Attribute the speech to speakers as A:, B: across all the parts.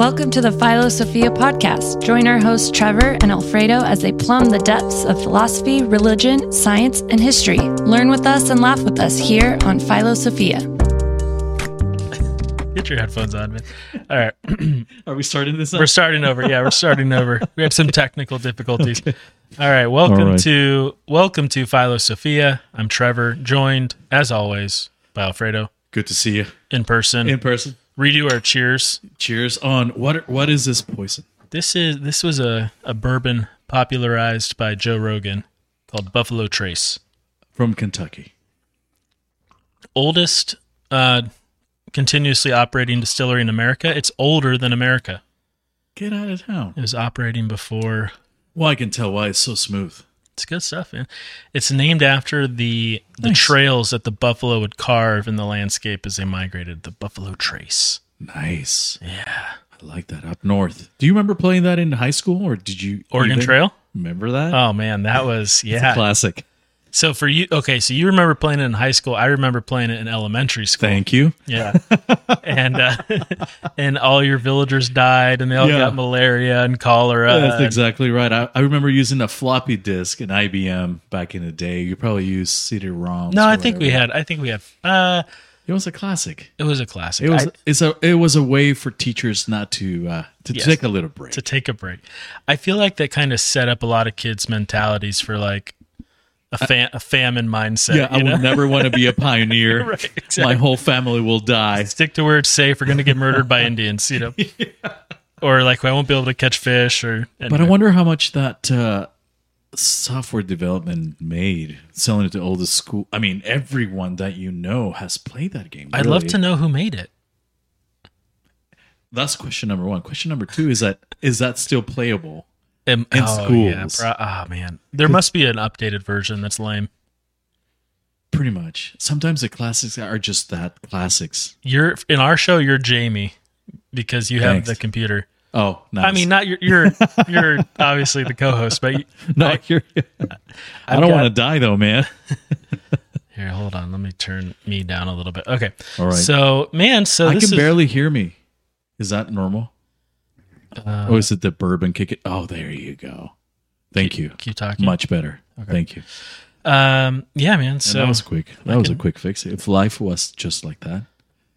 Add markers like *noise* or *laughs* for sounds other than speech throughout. A: Welcome to the Philosophia podcast. Join our hosts Trevor and Alfredo as they plumb the depths of philosophy, religion, science, and history. Learn with us and laugh with us here on Philosophia.
B: Get your headphones on, man. All right.
C: Are we starting this?
B: We're starting over. Yeah, we're starting over. We had some technical difficulties. All right. Welcome
C: All right.
B: to welcome to Philo Sophia. I'm Trevor, joined as always by Alfredo
C: Good to see you
B: in person.
C: in person.
B: Redo our cheers.
C: Cheers on what? What is this poison?
B: This is this was a, a bourbon popularized by Joe Rogan called Buffalo Trace.
C: From Kentucky.
B: Oldest uh, continuously operating distillery in America. It's older than America.
C: Get out of town.
B: It was operating before
C: Well, I can tell why it's so smooth.
B: It's good stuff, man. It's named after the the
C: Nice.
B: trails that the buffalo would carve in the landscape as they migrated. The Buffalo Trace.
C: Nice.
B: Yeah,
C: I like that up north. Do you remember playing that in high school, or did you
B: Oregon
C: even
B: Trail.
C: Remember that?
B: Oh man, that was
C: It's a
B: yeah.
C: classic.
B: So for you, okay, so you remember playing it in high school. I remember playing it in elementary school.
C: Thank you. *laughs*
B: Yeah, and uh, *laughs* and all your villagers died, and they all
C: Yeah.
B: got malaria and cholera.
C: That's
B: and-
C: exactly right. I, I remember using a floppy disk in IBM back in the day. You probably used CD ROMs.
B: no,
C: or
B: I think we
C: whatever.
B: had. I think we had. Uh,
C: It was a classic.
B: it was a classic.
C: It was.
B: I-
C: it's a. It was a way for teachers not to uh, to
B: Yes.
C: take a little break.
B: to take a break. I feel like that kind of set up a lot of kids' mentalities for like a, fa- a famine mindset.
C: Yeah, I
B: you
C: will
B: know?
C: never want to be a
B: *laughs*
C: pioneer.
B: Right, exactly.
C: My whole family will
B: *laughs*
C: die.
B: stick to where it's safe. We're going to get murdered
C: *laughs*
B: by Indians, you know, or like I won't be able to catch fish. Or
C: But I
B: anyway.
C: wonder how much that uh, software development made selling it to all the school. I mean, everyone that you know has played that game.
B: I'd love
C: really.
B: to know who made it.
C: That's question number one. Question number two is that is that still playable?
B: In,
C: In schools.
B: pro- ah, man, there must be an updated version. That's lame.
C: Pretty much. Sometimes the classics are just that classics.
B: You're in our show. You're Jamie because you have
C: Thanks.
B: the computer.
C: Oh, nice.
B: I mean, not you're you're, you're obviously the co-host, but you,
C: *laughs* no,
B: *laughs*
C: I, hear you. I don't
B: got-
C: want to die though, man.
B: Here, hold on. Let me turn me down a little bit. Okay.
C: All right.
B: So, man, so
C: I
B: this
C: can
B: is,
C: barely hear me. Is that normal?
B: Uh,
C: or is it the bourbon kick it? Oh, there you go. Thank you.
B: keep talking.
C: Much better. Thank you.
B: Um, yeah, man. So
C: that was quick. That was a quick fix. If life was just like that,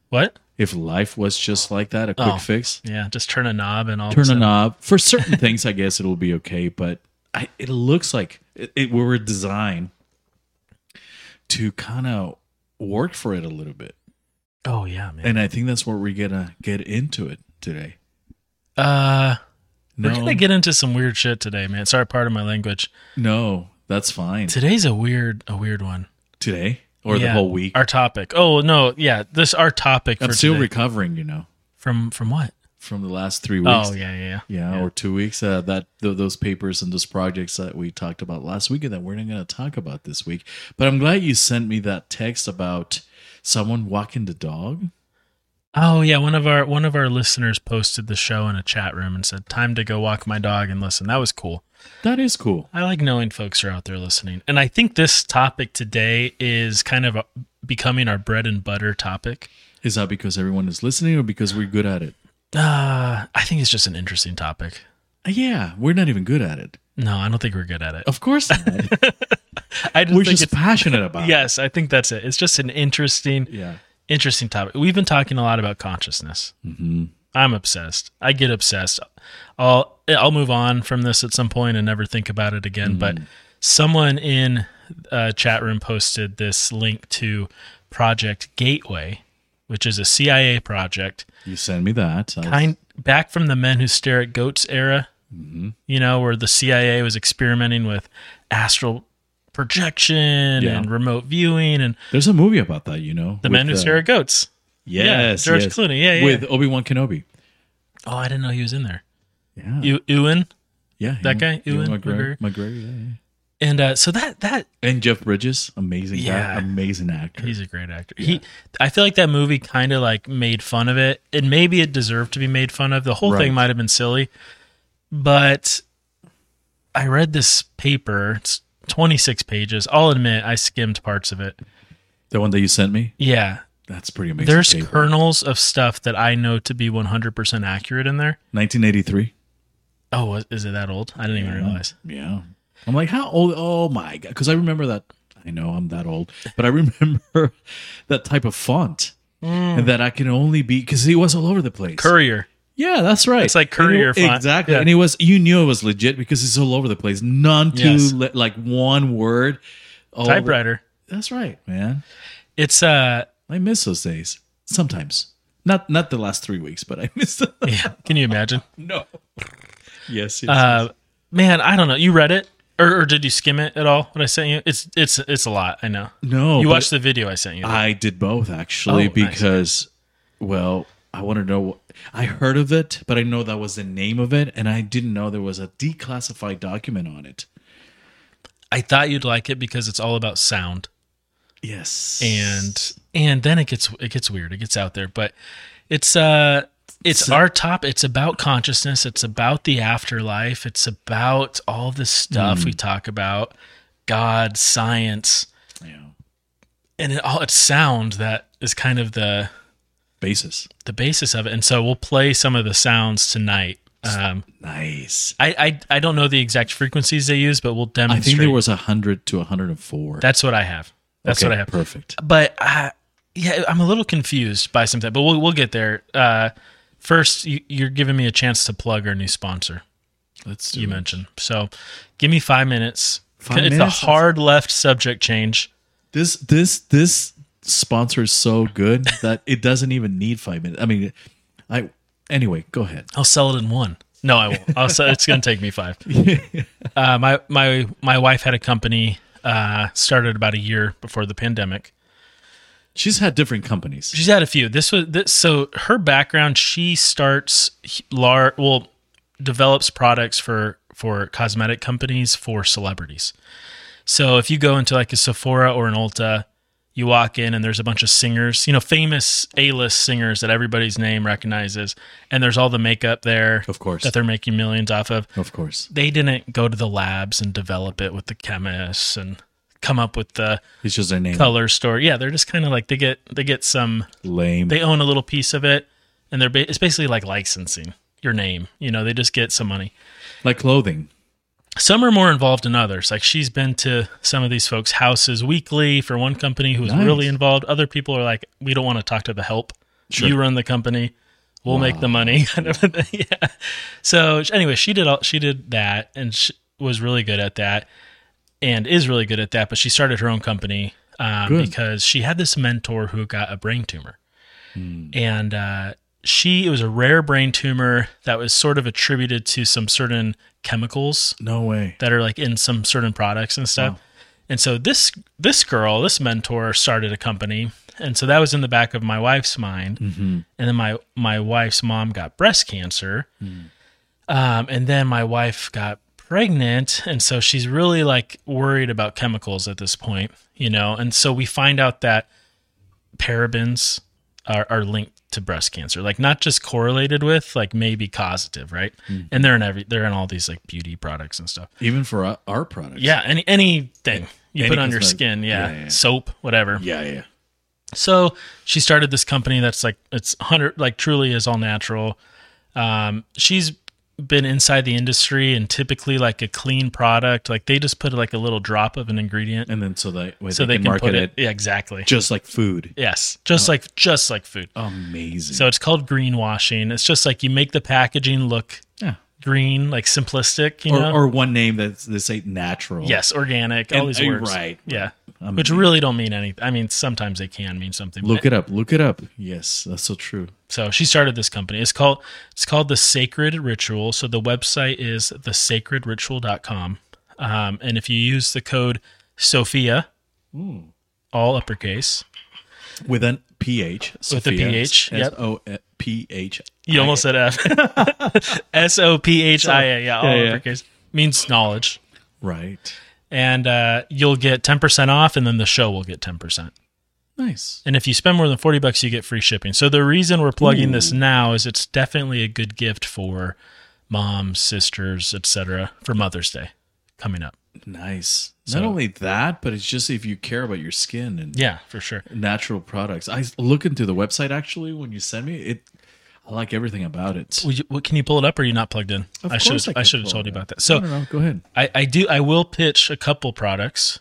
B: what?
C: if life was just like that, a quick
B: Oh.
C: fix,
B: Yeah, just turn a knob and all. of
C: turn a
B: sudden-
C: knob. For certain things, I guess it'll be okay, but I, it looks like it, it, we were designed to kind of work for it a little bit.
B: Oh yeah, man.
C: And I think that's where we're going to get into it today.
B: Uh,
C: No,
B: we're gonna get into some weird shit today, man. Sorry, part of my language.
C: no, that's fine.
B: Today's a weird, a weird one.
C: today or the
B: Yeah,
C: whole week.
B: Our topic. Oh no, yeah. This our topic
C: I'm
B: for
C: still
B: today.
C: recovering, you know,
B: from from what?
C: from the last three weeks.
B: Oh yeah, yeah, yeah.
C: Yeah, or two weeks. Uh, that th- those papers and those projects that we talked about last week, and that we're not going to talk about this week. But I'm glad you sent me that text about someone walking the dog.
B: Oh yeah, one of our one of our listeners posted the show in a chat room and said, "Time to go walk my dog and listen." That was cool.
C: That is cool.
B: I like knowing folks are out there listening. And I think this topic today is kind of a, becoming our bread and butter topic.
C: Is that because everyone is listening, or because we're good at it?
B: Uh, I think it's just an interesting topic.
C: Uh, yeah, we're not even good at it.
B: No, I don't think we're good at it.
C: Of
B: *laughs*
C: course, not.
B: I just
C: we're
B: think
C: just
B: it's,
C: passionate about.
B: *laughs*
C: it.
B: yes, I think that's it. It's just an interesting,
C: Yeah.
B: interesting topic. We've been talking a lot about consciousness. Mm-hmm. I'm obsessed. I get obsessed. I'll I'll move on from this at some point and never think about it again. But someone in uh, chat room posted this link to Project Gateway, which is a CIA project
C: You send me that. Uh, I'll-
B: kind back from the men who stare at goats era. You know, where the CIA was experimenting with astral projection
C: Yeah.
B: and remote viewing and
C: There's a movie about that. You know,
B: the men who stare at goats.
C: Yes,
B: yeah, George
C: yes.
B: Clooney, yeah, yeah,
C: with Obi Wan Kenobi.
B: Oh, I didn't know he was in there.
C: Yeah,
B: You Ewan.
C: yeah,
B: that guy,
C: Ewan
B: Ewan
C: McGregor. McGregor yeah, yeah.
B: And uh, so that that
C: And Jeff Bridges, amazing
B: Yeah.
C: guy, amazing actor.
B: he's a great actor. He I feel like that movie kind of like made fun of it. And maybe it deserved to be made fun of. The whole
C: Right.
B: thing might have been silly. But I read this paper. It's 26 pages. I'll admit I skimmed parts of it.
C: the one that you sent me?
B: Yeah.
C: That's pretty amazing.
B: There's
C: paper.
B: kernels of stuff that I know to be 100% accurate in there.
C: 1983.
B: Oh, was- is it that old? I didn't even realize.
C: Yeah. I'm like, how old? Oh my God. Because I remember that. I know I'm that old, but I *laughs* remember that type of font.
B: Hmm.
C: And that I can only be because he was all over the place.
B: Courier.
C: Yeah, that's right.
B: It's like
C: And it-
B: courier font.
C: Exactly.
B: Yeah.
C: And it was you knew it was legit because it's all over the place. None to
B: Yes.
C: le- like one word. all-
B: Typewriter.
C: That's right, man.
B: It's uh *laughs*
C: I miss those days. Sometimes. Not not the last three weeks, but I miss
B: *laughs*
C: them. *laughs*
B: yeah, can you imagine?
C: no. Yes, yes,
B: Uh man, I don't know. You read it? Or, or did you skim it at all? What I sent you? It's it's it's a lot, I know.
C: yes. No.
B: you
C: but-
B: watched the video I sent you.
C: I did both actually
B: Oh, nice.
C: because, well, I want to know. I heard of it, but I know that was the name of it, and I didn't know there was a declassified document on it.
B: I thought you'd like it because it's all about sound.
C: Yes,
B: and and then it gets it gets weird it gets out there but it's uh it's our top it's about consciousness it's about the afterlife it's about all this stuff we talk about god science
C: yeah.
B: and it all it's sound that is kind of the
C: basis.
B: the basis of it and so we'll play some of the sounds tonight um
C: Nice.
B: i i, I don't know the exact frequencies they use but we'll
C: I
B: demonstrate
C: think there was a hundred to hundred and four.
B: that's what i have that's what i have
C: Perfect.
B: but uh, yeah, I'm a little confused by something, but we'll we'll get there. Uh, first, you, you're giving me a chance to plug our new sponsor
C: Let's do
B: you
C: it.
B: mentioned. So, give me five minutes.
C: Five
B: it's
C: minutes?
B: a hard left subject change.
C: this. This this sponsor is so
B: *laughs*
C: good that it doesn't even need five minutes. I mean, I anyway. Go ahead.
B: I'll sell it in one. No, I won't. I'll sell, it's going to take me
C: *laughs*
B: five. Uh, my my my wife had a company uh, started about a year before the pandemic.
C: She's had different companies.
B: She's had a few. This was this, so her background. She starts lar well develops products for for cosmetic companies for celebrities. So if you go into like a Sephora or an Ulta, you walk in and there's a bunch of singers, you know, famous A-list singers that everybody's name recognizes, and there's all the makeup there,
C: Of course.
B: that they're making millions off of
C: Of course.
B: they didn't go to the labs and develop it with the chemists and come up with the
C: It's just their name.
B: color story. Yeah, they're just kind of like they get they get some
C: Lame.
B: they own a little piece of it and they're ba- it's basically like licensing your name. You know, they just get some money.
C: like clothing.
B: Some are more involved than others. Like she's been to some of these folks' houses weekly for one company who's
C: Nice.
B: really involved. Other people are like, we don't want to talk to the help.
C: Sure.
B: You run the company. We'll make the money. *laughs* Kind of thing. yeah. So anyway, she did all she did that and she was really good at that and is really good at that. But she started her own company um,
C: Good.
B: because she had this mentor who got a brain tumor,
C: Hmm.
B: and uh, she it was a rare brain tumor that was sort of attributed to some certain chemicals
C: No way.
B: that are like in some certain products and stuff. And so this this girl, this mentor, started a company, and so that was in the back of my wife's mind. And then my my wife's mom got breast cancer, um, and then my wife got pregnant, and so she's really like worried about chemicals at this point, you know. And so we find out that parabens are, are linked to breast cancer like not just correlated with like maybe causative right and they're in every they're in all these like beauty products and stuff
C: Even for our, our products.
B: yeah, any anything you
C: Any
B: put on your
C: cosmetic-
B: skin, yeah.
C: yeah, yeah.
B: soap, whatever.
C: Yeah, yeah.
B: So she started this company that's like it's hundred like truly is all natural. Um, she's been inside the industry and typically like a clean product, like they just put like a little drop of an ingredient,
C: And then so they, way
B: so they, can,
C: market
B: put
C: it, Oh.
B: it, yeah, exactly.
C: just like food.
B: Yes, just like just like food.
C: Amazing.
B: So it's called greenwashing. It's just like you make the packaging look
C: yeah.
B: green, like simplistic, you
C: Or,
B: know,
C: or one name that's they say natural.
B: Yes, organic. all
C: And-
B: these
C: uh,
B: words,
C: right.
B: Yeah,
C: I'm-
B: which really don't mean anything. I mean, sometimes they can mean something.
C: Look it up. Look it up. Yes, that's so true.
B: so she started this company. It's called it's called the Sacred Ritual. So the website is thesacredritual.com. Um, and if you use the code Sophia,
C: Hmm.
B: all uppercase,
C: With an PH.
B: With a PH, yep.
C: S-O-P-H.
B: you almost said F, *laughs* S O P H I A, yeah, all
C: Yeah, yeah.
B: uppercase means knowledge.
C: Right.
B: And uh, you'll get ten percent off, and then the show will get ten percent.
C: Nice.
B: And if you spend more than 40 bucks, you get free shipping. So the reason we're plugging this
C: Hmm.
B: now is it's definitely a good gift for moms, sisters, etc. for Mother's Day coming up.
C: Nice.
B: So-
C: Not only that, but it's just if you care about your skin and
B: Yeah, for sure.
C: natural products. I was looking through the website actually when you sent me it. I like everything about it.
B: Would you, what, can you pull it up or are you not plugged in?
C: Of
B: I
C: course
B: should
C: I
B: I
C: could
B: should have
C: pull
B: told
C: it
B: you
C: up.
B: about that.
C: I
B: So
C: don't know. Go ahead.
B: I, I do I will pitch a couple products.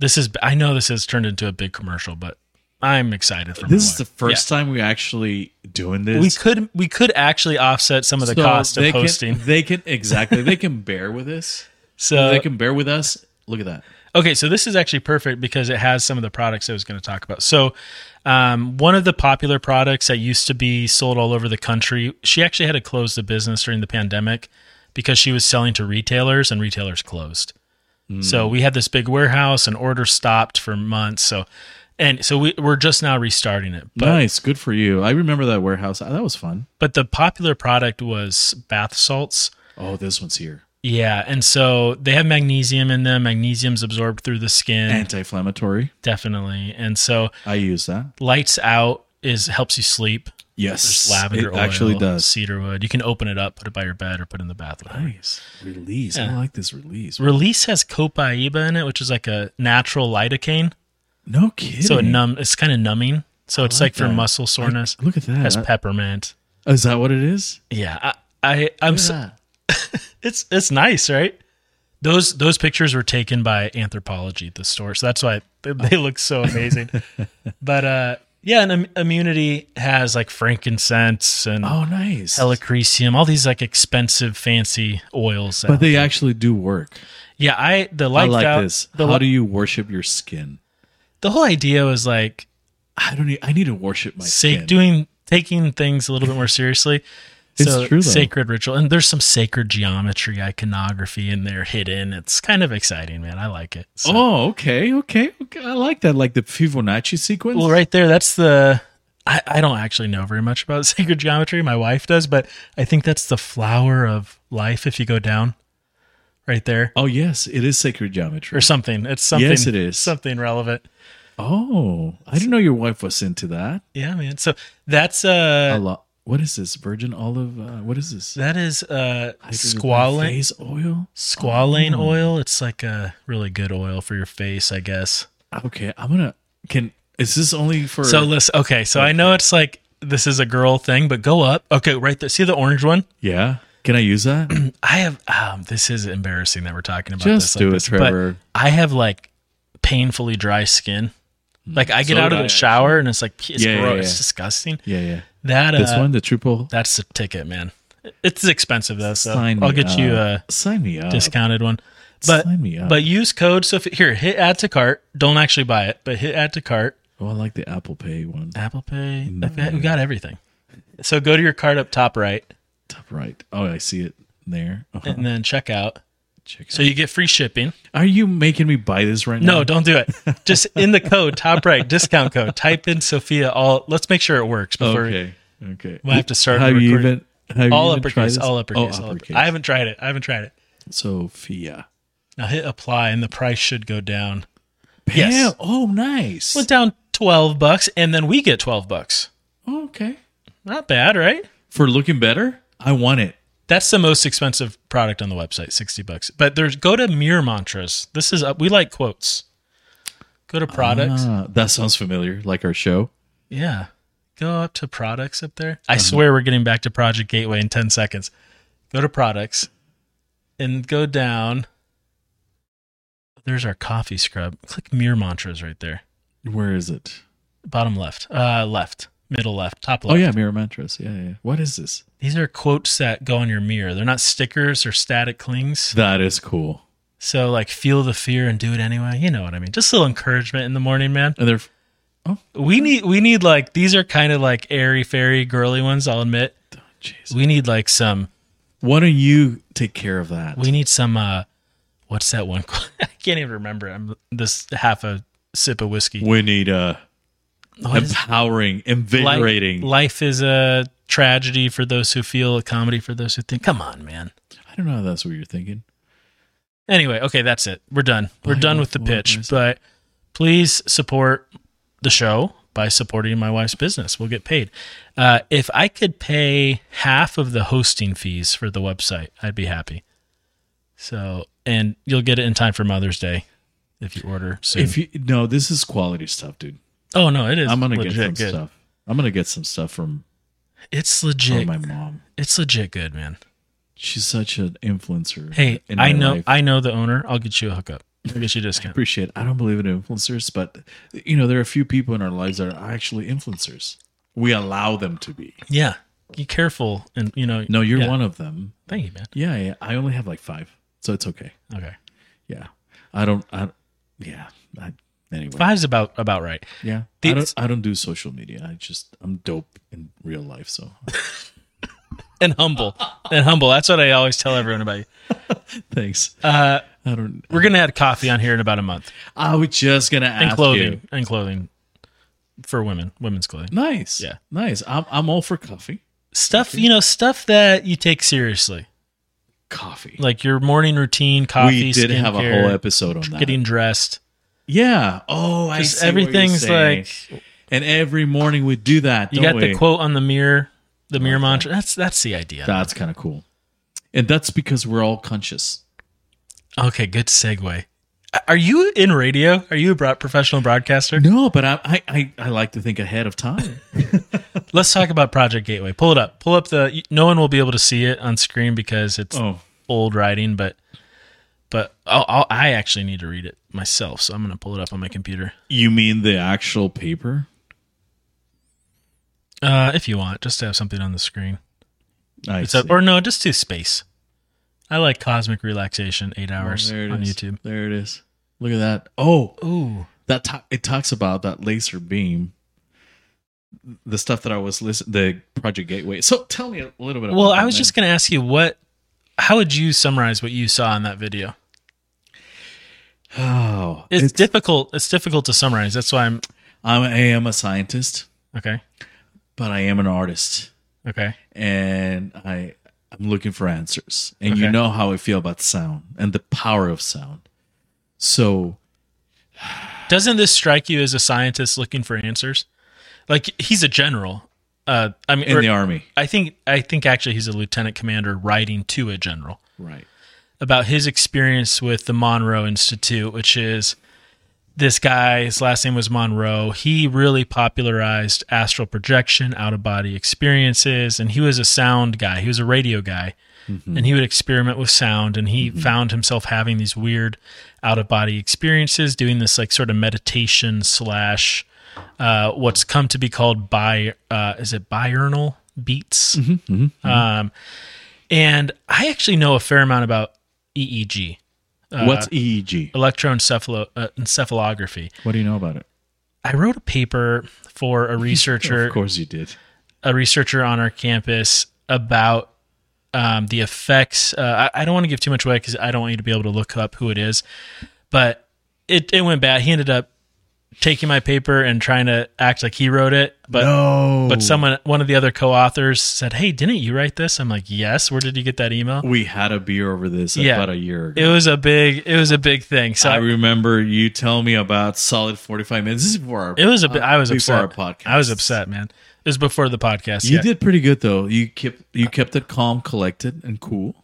B: This is I know this has turned into a big commercial, but I'm excited for my
C: This is the
B: wife.
C: first time we're actually doing
B: Yeah.
C: this.
B: we could we could actually offset some of the
C: So
B: cost of
C: they can-
B: hosting.
C: *laughs*
B: Uh,
C: they can exactly. They can bear
B: *laughs*
C: with us.
B: so
C: they can bear with us. Look at that.
B: Okay, so this is actually perfect because it has some of the products I was going to talk about. So, um, one of the popular products that used to be sold all over the country, she actually had to close the business during the pandemic because she was selling to retailers and retailers closed. So we had this big warehouse and orders stopped for months. So, and so we, we're just now restarting it. But
C: nice. Good for you. I remember that warehouse. Ah, That was fun.
B: but the popular product was bath salts.
C: Oh, this one's here.
B: Yeah, and so they have magnesium in them. Magnesium's absorbed through the skin,
C: Anti-inflammatory.
B: definitely. And so
C: I use that.
B: lights out is helps you sleep.
C: Yes,
B: Lavender
C: it
B: oil,
C: actually does.
B: Cedar wood. You can open it up, put it by your bed, or put it in the bath. whatever.
C: Nice release. I like this release.
B: Release has copaiba in it, which is like a natural lidocaine.
C: No kidding.
B: So it numb. It's kind of numbing. So it's like, for
C: that.
B: muscle soreness.
C: Look at that.
B: has peppermint.
C: Is that what it is?
B: Yeah, I, I I'm. So, it's it's nice, right? Those those pictures were taken by Anthropology, the store, so that's why they, they look so
C: *laughs*
B: amazing. but uh, yeah, and Im- immunity has like frankincense and
C: Oh, nice.
B: helicresium, all these like expensive, fancy oils.
C: but they actually do work.
B: yeah, I the
C: I
B: light
C: like
B: out,
C: this.
B: The,
C: How
B: li-
C: do you worship your skin?
B: the whole idea was like
C: I don't. Need, I need to worship my
B: sa-
C: skin.
B: doing taking things a little bit more seriously.
C: It's true, though.
B: sacred ritual, and there's some sacred geometry, iconography in there hidden. It's kind of exciting, man. I like it. So-
C: Oh, okay, okay, okay. I like that. Like the Fibonacci sequence.
B: Well, right there, that's the. I, I don't actually know very much about *laughs* sacred geometry. My wife does, but I think that's the flower of life if you go down right there
C: Oh, yes, it is sacred geometry.
B: or something. It's something.
C: Oh. Yes, it is.
B: Something relevant.
C: Oh, I didn't know your wife was into that.
B: Yeah, man. So that's
C: A
B: uh
C: lot. What is this? Virgin olive. Uh, what is this?
B: that is uh
C: Hydrogen
B: squalane
C: Phase oil. Hmm.
B: squalane oil. It's like a really good oil for your face, I guess.
C: Okay, I'm gonna. Can is this only for?
B: So listen, okay, so I know it's like this is a girl thing, but go up. Okay, right there. See the orange one?
C: yeah. Can I use
B: *clears throat*
C: that?
B: I have um this is embarrassing that we're talking about
C: Just
B: this like
C: do it,
B: this, but
C: Trevor.
B: I have like painfully dry skin. Like I get
C: Hmm. So
B: out of
C: do
B: the
C: I,
B: shower and it's like it's
C: Yeah, yeah,
B: gross,
C: yeah.
B: it's disgusting.
C: yeah, yeah.
B: That uh,
C: This one, the triple.
B: that's the ticket, man. It's expensive though, so
C: Sign
B: I'll
C: me
B: get you uh,
C: up.
B: a
C: sign me up.
B: discounted one. But
C: Sign me up.
B: but use code so if, here hit add to cart. Don't actually buy it, but hit add to cart.
C: Oh, I like the Apple Pay one.
B: Apple Pay. I've got- We got everything. So go to your cart up top right
C: Top right. Oh, I see it there. Uh-huh.
B: and then check out.
C: Check it
B: So you get free shipping.
C: out. Are you making me buy this right now?
B: No, don't
C: *laughs*
B: do it. Just in the code, top right, discount code. Type in Sophia. All let's make sure it works before we
C: Okay. Okay.
B: We'll have to start
C: Have you
B: recording.
C: even? Have
B: all
C: you even tried
B: uppercase,
C: this?
B: all uppercase,
C: Oh,
B: all uppercase.
C: uppercase.
B: I haven't tried it. I haven't tried it.
C: Sophia.
B: Now hit apply and the price should go down.
C: Pam.
B: Yes.
C: Oh, nice.
B: Went down twelve bucks and then we get twelve bucks.
C: Oh, okay.
B: Not bad, right?
C: For looking better, I want it.
B: That's the most expensive product on the website, sixty bucks. But there's go to Mirror Mantras. This is up. We like quotes. Go to products.
C: Ah, that sounds familiar, like our show.
B: Yeah. Go up to products up there.
C: Uh-huh.
B: I swear we're getting back to Project Gateway in 10 seconds. Go to products and go down. There's our coffee scrub. Click mirror mantras right there.
C: Where is it?
B: Bottom left, uh, left, middle left, top
C: Oh
B: left.
C: yeah, Mirror Mantras. Yeah, yeah. What is this?
B: These are quotes that go on your mirror. They're not stickers or static clings.
C: That is cool.
B: So, like, feel the fear and do it anyway. You know what I mean? Just a little encouragement in the morning, man.
C: And they're
B: We need, we need like, these are kind of like airy, fairy, girly ones, I'll admit.
C: jeez.
B: We need like some
C: Why don't you take care of that?
B: We need some. uh What's that one? called? *laughs* I can't even remember. I'm this half a sip of whiskey.
C: We need uh
B: What is-
C: empowering,
B: Life-
C: invigorating.
B: Life is a tragedy for those who feel, a comedy for those who think. Come on, man.
C: I don't know if that's what you're thinking.
B: Anyway, okay, that's it. We're done. We're
C: Buy
B: done
C: one
B: with the
C: for
B: pitch.
C: myself.
B: But please support the show by supporting my wife's business. We'll get paid. Uh, if I could pay half of the hosting fees for the website, I'd be happy. So and you'll get it in time for Mother's Day if you order soon.
C: If you no, this is quality stuff, dude.
B: oh no, it is.
C: I'm gonna get
B: legit
C: some
B: good.
C: stuff. I'm gonna get some stuff from,
B: It's
C: from
B: legit.
C: my mom.
B: it's legit good, man.
C: She's such an influencer.
B: Hey,
C: in
B: I
C: my
B: know
C: life.
B: I know the owner. I'll get you a hookup. I'll get you a
C: *laughs*
B: discount.
C: appreciate. It. I don't believe in influencers, but you know there are a few people in our lives that are actually influencers. We allow them to be.
B: Yeah, be careful, and you know.
C: No, you're
B: yeah.
C: one of them.
B: Thank you, man.
C: Yeah, yeah. I only have like five, so it's okay.
B: Okay,
C: Yeah, I don't. I yeah. I, anyway,
B: five's about about right.
C: yeah. I
B: These-
C: don't. I don't do social media. I just I'm dope in real life. So *laughs*
B: And humble, and humble. That's what I always tell everyone about you.
C: thanks.
B: Uh,
C: I don't.
B: we're gonna add coffee on here in about a month,
C: I was just gonna
B: and
C: ask
B: clothing,
C: you.
B: and clothing for women, women's clothing,
C: Nice.
B: Yeah.
C: Nice. I'm I'm all for coffee.
B: stuff you know, stuff that you take seriously,
C: Coffee.
B: like your morning routine, coffee.
C: we did have a
B: skincare,
C: whole episode on that.
B: Getting dressed.
C: yeah. Oh, I
B: Just
C: see what you're
B: everything's
C: saying.
B: like
C: And every morning we do that.
B: you
C: don't
B: got
C: we?
B: the quote on the mirror, the mirror mantra. That's that's the idea.
C: That's kind of cool. And that's because we're all conscious.
B: Okay, good segue. Are you in radio? Are you a broad, professional broadcaster?
C: No, but I, I, I, I like to think ahead
B: *laughs*
C: of time.
B: Let's talk about Project Gateway. Pull it up. Pull up the. No one will be able to see it on screen because it's
C: oh,
B: old writing, but but I'll, I'll, I actually need to read it myself, so I'm going to pull it up on my computer.
C: you mean the actual paper?
B: Uh, if you want, just to have something on the screen.
C: I
B: It's
C: see.
B: up, or no, just do space. I like cosmic relaxation, eight
C: Oh,
B: hours
C: there it
B: on
C: is.
B: YouTube.
C: There it is. Look at that. Oh,
B: Ooh,
C: that ta- it talks about that laser beam. The stuff that I was listening, the Project Gateway. So tell me a little bit. About
B: Well, I
C: that,
B: was
C: man.
B: just going to ask you what. How would you summarize what you saw in that video?
C: Oh,
B: It's,
C: it's,
B: difficult. It's difficult to summarize. That's why I'm
C: I'm, I am a scientist,
B: okay.
C: but I am an artist.
B: Okay.
C: and I I'm looking for answers. And
B: Okay.
C: you know how I feel about sound and the power of sound. So
B: Doesn't this strike you as a scientist looking for answers? Like he's a general. Uh, I mean,
C: in
B: or-
C: the army,
B: I think I think actually he's a lieutenant commander writing to a general
C: right?
B: about his experience with the Monroe Institute, which is this guy. His last name was Monroe. He really popularized astral projection, out of body experiences, and he was a sound guy. He was a radio guy. And he would experiment with sound, and he found himself having these weird out of body experiences, doing this like sort of meditation slash uh, what's come to be called bi uh, is it biurnal beats. Um, and I actually know a fair amount about E EEG, Uh,
C: What's E EEG?
B: electroencephalography. Uh, encephalography.
C: What do you know about it?
B: I wrote a paper for a researcher
C: *laughs* Of course you did.
B: a researcher on our campus about um, the effects. Uh, I, I don't want to give too much away because I don't want you to be able to look up who it is, but it, it went bad. He ended up taking my paper and trying to act like he wrote it, but
C: No,
B: but someone one of the other co-authors said, "Hey, didn't you write this?" I'm like, "Yes." Where did you get that email?
C: we had a beer over this
B: Yeah.
C: about a year ago.
B: It was a big it was uh, a big thing. So
C: I
B: I,
C: remember you tell me about solid forty five minutes. This is before our,
B: it was a bit. I was
C: Uh, before
B: upset.
C: our podcast.
B: I was upset, man. It was before the podcast.
C: You
B: yeah.
C: did pretty good though. You kept you kept it calm, collected, and cool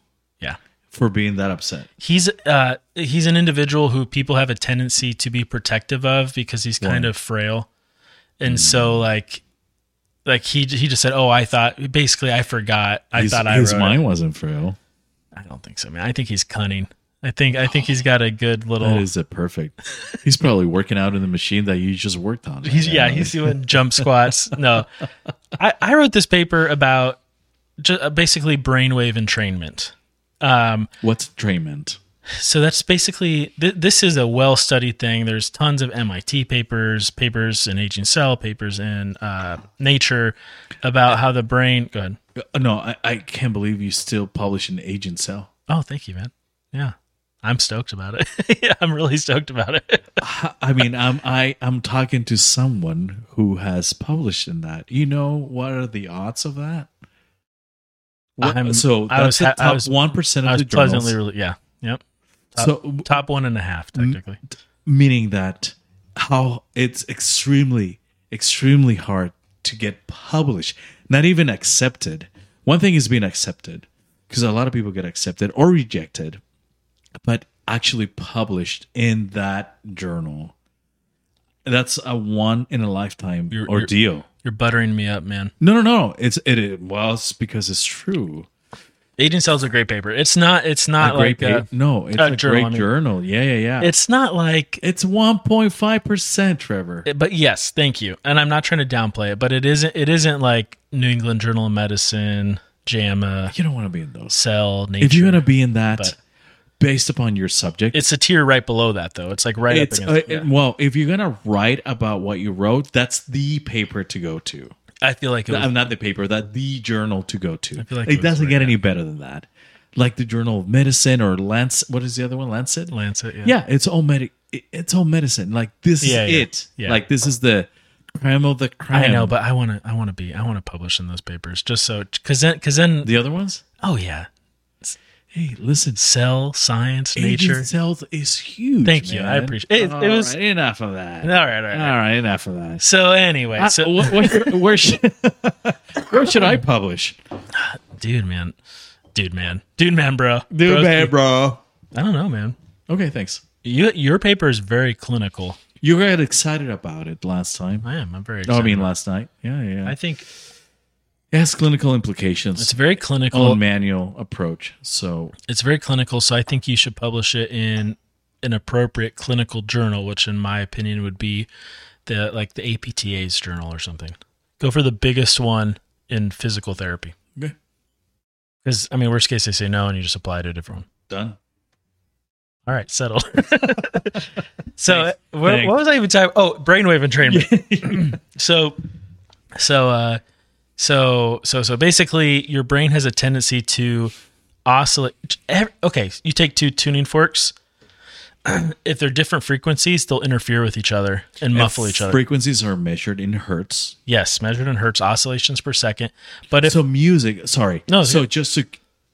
B: Yeah.
C: for being that upset.
B: he's uh he's an individual who people have a tendency to be protective of because he's kind of frail and
C: Mm.
B: so like like he he just said oh i thought basically i forgot i
C: his
B: thought i
C: his
B: wrote
C: mind
B: it.
C: wasn't frail.
B: i don't think so man i think he's cunning i think i think he's got a good little
C: *sighs* That is a perfect. He's probably working out in the machine that you just worked on.
B: He's yeah, he's doing jump
C: *laughs*
B: squats. No, I, I wrote this paper about just, basically brainwave entrainment. Um,
C: what's entrainment?
B: so that's basically th- this is a well studied thing. There's tons of MIT papers, papers in Aging Cell, papers in uh, Nature about how the brain. Go ahead.
C: Uh, No, I, I can't believe you still publish an agent cell.
B: Oh, thank you, man. Yeah, I'm stoked about it. *laughs* yeah, I'm really stoked about it.
C: I, *laughs* I mean, I'm I I'm talking to someone who has published in that. You know what are the odds of that? What-
B: I'm-
C: so
B: I was
C: that's the
B: ha- I
C: top
B: was-
C: one percent
B: I
C: of
B: was
C: the journals.
B: pleasantly, rel yeah, yep.
C: so
B: Top one and a half technically.
C: meaning that how it's extremely extremely hard to get published not even accepted one thing is being accepted because a lot of people get accepted or rejected but actually published in that journal. That's a one in a lifetime
B: You're- you're-
C: ordeal.
B: You're buttering me up, man.
C: no, no, no. It's it, it. Well, it's because it's true.
B: Aging Cell's a great paper. It's not. It's not
C: a great
B: like.
C: pa-
B: uh
C: no, it's
B: a
C: a,
B: journal,
C: great
B: I mean.
C: journal. Yeah, yeah, yeah.
B: it's not like.
C: it's one point five percent, Trevor.
B: Eh, but yes, thank you. And I'm not trying to downplay it, but it isn't. It isn't like New England Journal of Medicine, JAMA,
C: you don't want to be in those.
B: Cell, Nature.
C: If you're gonna be in that,
B: But-
C: based upon your subject,
B: it's a tier right below that, though. It's like right
C: it's
B: up
C: uh,
B: against.
C: it-
B: yeah.
C: well, if you're gonna write about what you wrote, that's the paper to go to.
B: I feel like it was
C: I'm not the paper, that the journal to go to.
B: feel like
C: it,
B: it was
C: doesn't
B: right
C: get any better than that. Like the Journal of Medicine or Lance. What is the other one? Lancet.
B: Lancet. Yeah.
C: yeah, it's all medic. it- It's all medicine. Like this
B: Yeah,
C: is
B: yeah,
C: it.
B: yeah.
C: Like this is the crime of the crime.
B: I know, but I want to. I want to be. I want to publish in those papers just so because then because then.
C: the other ones.
B: oh yeah,
C: Hey, listen.
B: Cell, Science, Nature.
C: Agents health is huge.
B: Thank you, I
C: man.
B: appreciate- it- it
C: All
B: was-
C: right, enough of that.
B: All right, all right.
C: All Uh, right, enough of that.
B: So anyway,
C: I-
B: so
C: wh- where, where should *laughs* where should I publish?
B: *laughs* dude, man, dude, man, dude, man, bro, Bros-
C: bro.
B: I don't know, man.
C: Okay, thanks.
B: You, your paper is very clinical.
C: You got excited about it last time.
B: I am. I'm very.
C: No,
B: Excited.
C: I mean last night. Yeah, yeah.
B: I think
C: it has clinical implications.
B: it's very clinical.
C: own manual approach. So
B: It's very clinical. So I think you should publish it in an appropriate clinical journal, which in my opinion would be the like the APTA's journal or something. Go for the biggest one in physical therapy.
C: okay,
B: Because I mean, worst case they say no, and you just apply to a different one.
C: done.
B: All right,
C: *laughs*
B: settled. so,
C: Thanks.
B: wh- what,
C: Thanks.
B: was I even talking? Oh, brainwave entrainment.
C: *laughs*
B: so, so, uh, so, so, so basically, your brain has a tendency to oscillate. ev- Okay, you take two tuning forks. *clears throat* if they're different frequencies, they'll interfere with each other and muffle each other.
C: Frequencies are measured in hertz.
B: yes, measured in hertz, oscillations per second. But if
C: So music. Sorry.
B: No,
C: So
B: yeah.
C: just to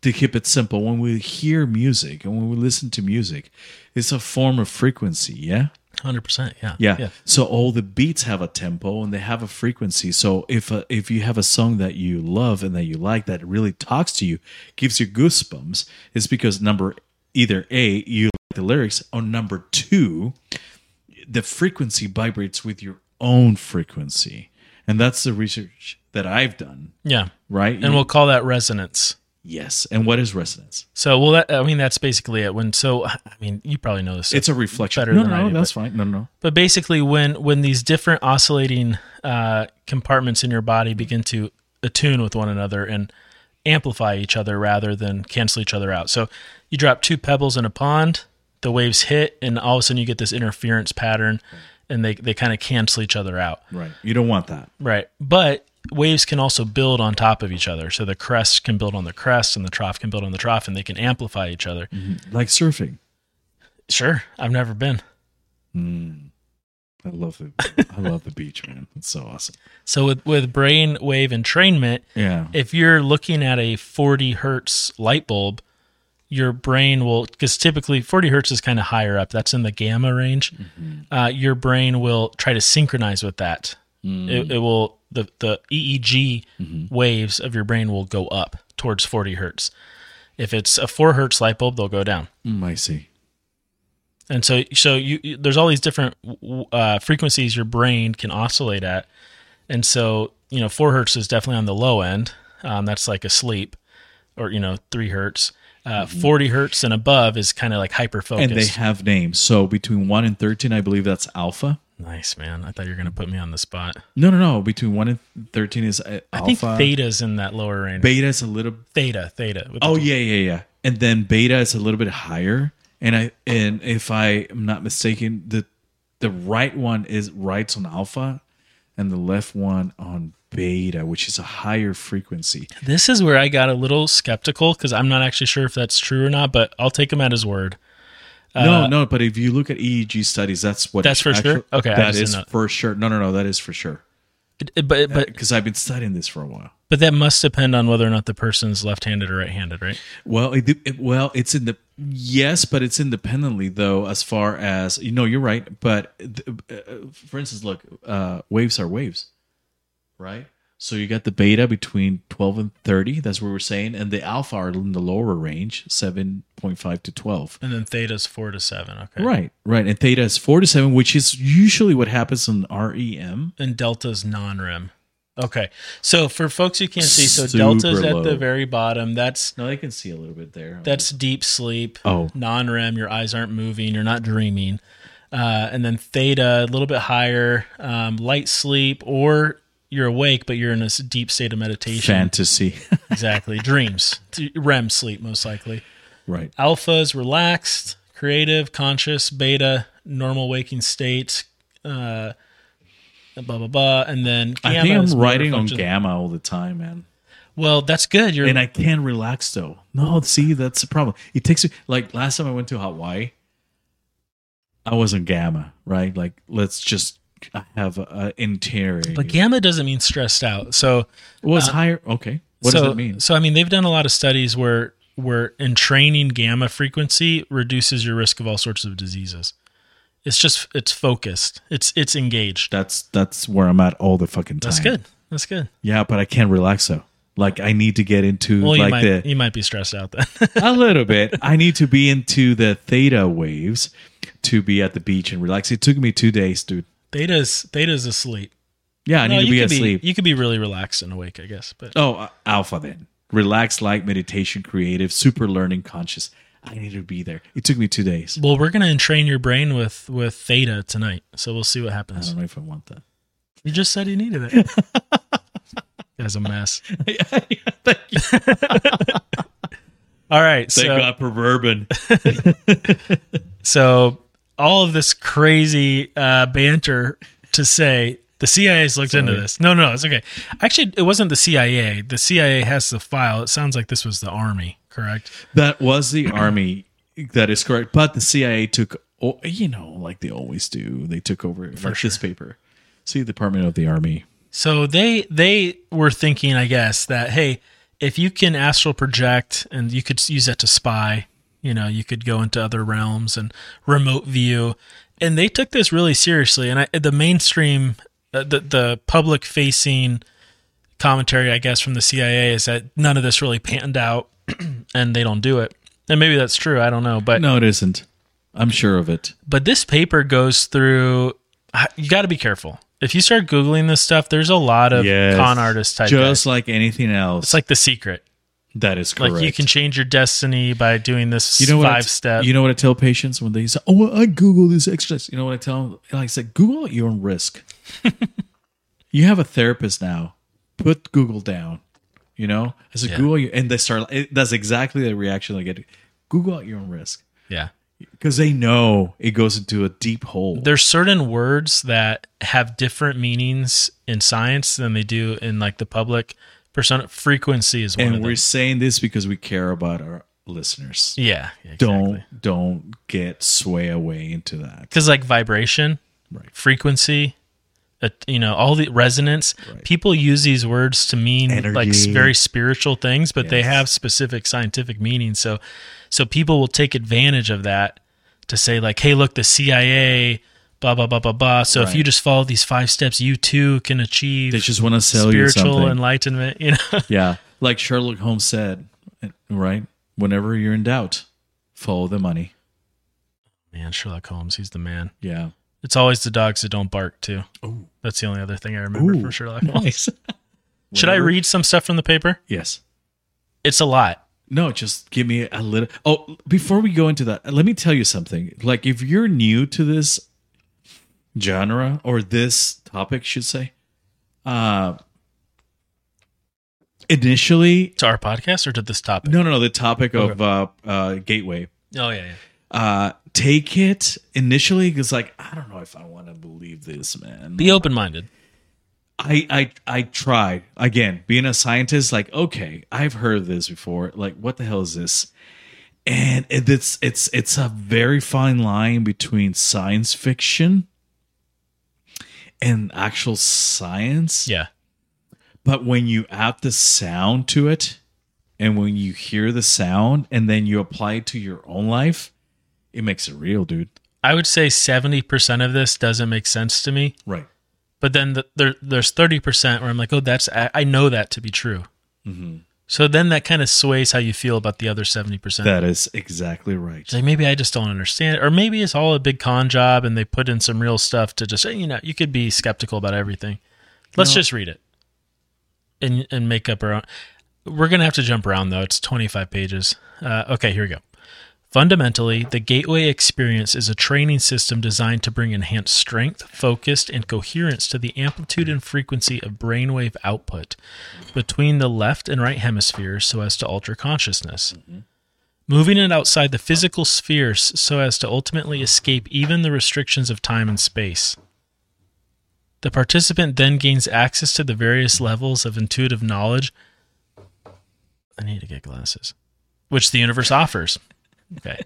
C: to keep it simple, when we hear music and when we listen to music, it's a form of frequency. Yeah.
B: hundred percent, yeah,
C: Yeah. So all the beats have a tempo and they have a frequency. So if uh if you have a song that you love and that you like that really talks to you, gives you goosebumps, it's because number either A, you like the lyrics, or number two, the frequency vibrates with your own frequency. And that's the research that I've done,
B: yeah.
C: right?
B: And we'll call that resonance.
C: yes. And what is resonance?
B: So well, that, I mean that's basically it. When so, I mean you probably know this.
C: It's a reflection.
B: better
C: no,
B: than
C: no,
B: I
C: no,
B: do,
C: that's fine. No, no.
B: but basically when when these different oscillating uh, compartments in your body begin to attune with one another and amplify each other rather than cancel each other out. So you drop two pebbles in a pond, the waves hit, and all of a sudden you get this interference pattern, and they they kind of cancel each other out.
C: Right. You don't want that.
B: Right. But waves can also build on top of each other. So the crest can build on the crest, and the trough can build on the trough, and they can amplify each other.
C: Like surfing.
B: Sure, I've never been.
C: Mm. I love it.
B: *laughs*
C: I love the beach, man. It's so awesome.
B: So with with brain wave entrainment,
C: Yeah.
B: if you're looking at a 40 hertz light bulb, your brain will because typically 40 hertz is kind of higher up. That's in the gamma range. Uh, your brain will try to synchronize with that. It, it will the the EEG waves of your brain will go up towards 40 hertz. If it's a four hertz light bulb, they'll go down.
C: Mm, I see.
B: And so, so you, you there's all these different w- uh, frequencies your brain can oscillate at, and so you know four hertz is definitely on the low end. Um, that's like a sleep, or you know three hertz. Uh, Forty hertz and above is kind of like hyper
C: Mm-hmm. And they
B: focused.
C: have names. So between 1 and 13, I believe that's alpha.
B: nice man. I thought you were gonna put me on the spot.
C: No, no, no. Between 1 and 13 is uh,
B: I
C: alpha.
B: think theta's in that lower range.
C: Beta is a little.
B: theta, theta. with the
C: Oh,
B: t-
C: yeah, yeah, yeah. And then beta is a little bit higher. And I and if I am not mistaken, the the right one is right on alpha and the left one on beta, which is a higher frequency.
B: This is where I got a little skeptical because I'm not actually sure if that's true or not, but I'll take him at his word.
C: no, no, but if you look at EEG studies, that's what
B: Uh, That's for sure? Okay, I
C: that
B: just didn't
C: is
B: know.
C: for sure. No, no, no, that is for sure.
B: It- it- But but
C: Because I've been studying this for a while.
B: but that must depend on whether or not the person's left-handed or right-handed, right?
C: Well, it, it- well, it's in the yes, but it's independently though. As far as you know, you're right. But th- uh, for instance, look, uh, waves are waves, right? So you got the beta between 12 and 30. That's what we're saying. And the alpha are in the lower range, 7.5 to 12.
B: And then theta's four to seven. Okay.
C: Right, right. And theta is 4 to 7, which is usually what happens in E REM.
B: And delta's non REM. Okay. So for folks who can't see, so
C: Super
B: delta's
C: low.
B: at the very bottom. That's
C: No, I can see a little bit there.
B: that's deep sleep.
C: Oh.
B: Non REM, your eyes aren't moving, you're not dreaming. Uh, and then theta, a little bit higher, um, light sleep, or you're awake, but you're in a s- deep state of meditation.
C: fantasy. *laughs*
B: Exactly. Dreams, *laughs* T- REM sleep, most likely.
C: right.
B: Alpha is relaxed, creative, conscious. Beta, normal waking state. Uh, blah blah blah, and then
C: I
B: gamma
C: think
B: is
C: I'm
B: more
C: writing on
B: functional-
C: gamma all the time, man.
B: Well, that's good. You're
C: And I can't relax though. No, see, that's the problem. It takes me like last time I went to Hawaii, I was on gamma, right? Like let's just have an interior.
B: but gamma doesn't mean stressed out. So
C: Well, it's higher. Okay. What
B: so,
C: does that mean?
B: So I mean, they've done a lot of studies where where in training gamma frequency reduces your risk of all sorts of diseases. It's just it's focused. It's it's engaged.
C: That's that's where I'm at all the fucking time.
B: That's good. That's good.
C: Yeah, but I can't relax though. Like I need to get into
B: Well, you
C: like
B: might
C: the
B: you might be stressed out then. *laughs*
C: a little bit. I need to be into the theta waves to be at the beach and relax. It took me two days, dude.
B: Theta's Theta's asleep.
C: Yeah, I
B: No,
C: need to
B: you
C: be
B: could
C: asleep.
B: you could be really relaxed and awake, I guess. But
C: Oh, uh, alpha then. Relax, light meditation, creative, super learning, conscious. I need to be there. It took me two days.
B: well, we're gonna entrain your brain with with theta tonight, so we'll see what
C: I
B: happens.
C: don't know if I want that.
B: You just said you needed
C: *laughs*
B: it. That's a mess.
C: Thank you.
B: *laughs* All right,
C: Thank
B: so
C: God for bourbon.
B: so all of this crazy uh, banter to say the CIA's looked into this. No, no, it's okay. Actually, it wasn't the CIA. The CIA has the file. It sounds like this was the army, correct?
C: *laughs* That was the army. That is correct. But the CIA took, o- you know, like they always do. They took over like this paper. See, Department of the Army.
B: So they they were thinking, I guess, that hey, if you can astral project and you could use that to spy, you know, you could go into other realms and remote view. And they took this really seriously. And I, the mainstream, uh, the the public facing commentary, I guess, from the CIA is that none of this really panned out, *clears throat* and they don't do it. And maybe that's true. I don't know, but
C: No, it isn't. I'm sure of it.
B: but this paper goes through. You got to be careful. If you start googling this stuff, there's a lot of con artist type. guys.
C: Just like anything else.
B: It's like the secret.
C: that is
B: Like
C: correct.
B: you can change your destiny by doing this
C: You know what I
B: five
C: t-
B: step.
C: You know what I tell patients when they say, "Oh, well, I Google this exercise." You know what I tell them? Like I said, Google at your
B: *laughs*
C: own risk. you have a therapist now. Put Google down. You know, I said
B: Yeah.
C: Google, you, and they start. It, that's exactly the reaction I get. Google at your own risk
B: yeah.
C: because they know it goes into a deep hole.
B: There's certain words that have different meanings in science than they do in like the public persona. Frequency is one
C: and
B: of
C: we're
B: them.
C: saying this because we care about our listeners.
B: Yeah. Exactly.
C: Don't don't get sway away into that.
B: because like vibration,
C: Right.
B: frequency, uh, you know, all the resonance. People use these words to mean like s-
C: Energy.
B: very spiritual things, but they
C: Yes.
B: have specific scientific meanings. So, so people will take advantage of that to say like, "Hey, look, the CIA." Blah blah blah blah blah. So if you
C: Right.
B: just follow these five steps, you too can achieve
C: They just want to sell you something.
B: spiritual enlightenment. You know, *laughs*
C: Yeah. Like Sherlock Holmes said, right? Whenever you're in doubt, follow the money.
B: man, Sherlock Holmes, he's the man.
C: Yeah.
B: It's always the dogs that don't bark too.
C: Ooh.
B: That's the only other thing I remember from Sherlock
C: *laughs*
B: Holmes. *laughs* Should I
C: Whatever.
B: read some stuff from the paper?
C: Yes.
B: It's a lot.
C: No, just give me a little. Oh, before we go into that, let me tell you something. Like, if you're new to this genre or this topic, should say, uh, initially,
B: to our podcast or to this topic?
C: no, no, no, the topic of uh, uh, Gateway.
B: Oh yeah, yeah.
C: Uh, take it initially because, like, I don't know if I want to believe this, man.
B: Be open minded.
C: I I I tried again being a scientist. Like, okay, I've heard this before. Like, what the hell is this? And it- it's it's it's a very fine line between science fiction and actual science.
B: Yeah.
C: But when you add the sound to it, and when you hear the sound, and then you apply it to your own life, it makes it real, dude.
B: I would say seventy percent of this doesn't make sense to me,
C: Right.
B: But then the, there, there's 30% where I'm like, oh, that's, I, I know that to be true. Mm-hmm. So then that kind of sways how you feel about the other 70%.
C: That is exactly right.
B: It's like maybe I just don't understand it, or maybe it's all a big con job and they put in some real stuff to just you know you could be skeptical about everything. Let's just read it and and make up our own. We're gonna have to jump around though. It's twenty five pages. Uh, okay, here we go. Fundamentally, the Gateway Experience is a training system designed to bring enhanced strength, focus, and coherence to the amplitude and frequency of brainwave output between the left and right hemispheres so as to alter consciousness moving it outside the physical spheres so as to ultimately escape even the restrictions of time and space. The participant then gains access to the various levels of intuitive knowledge. I need to get glasses, which the universe offers. Okay.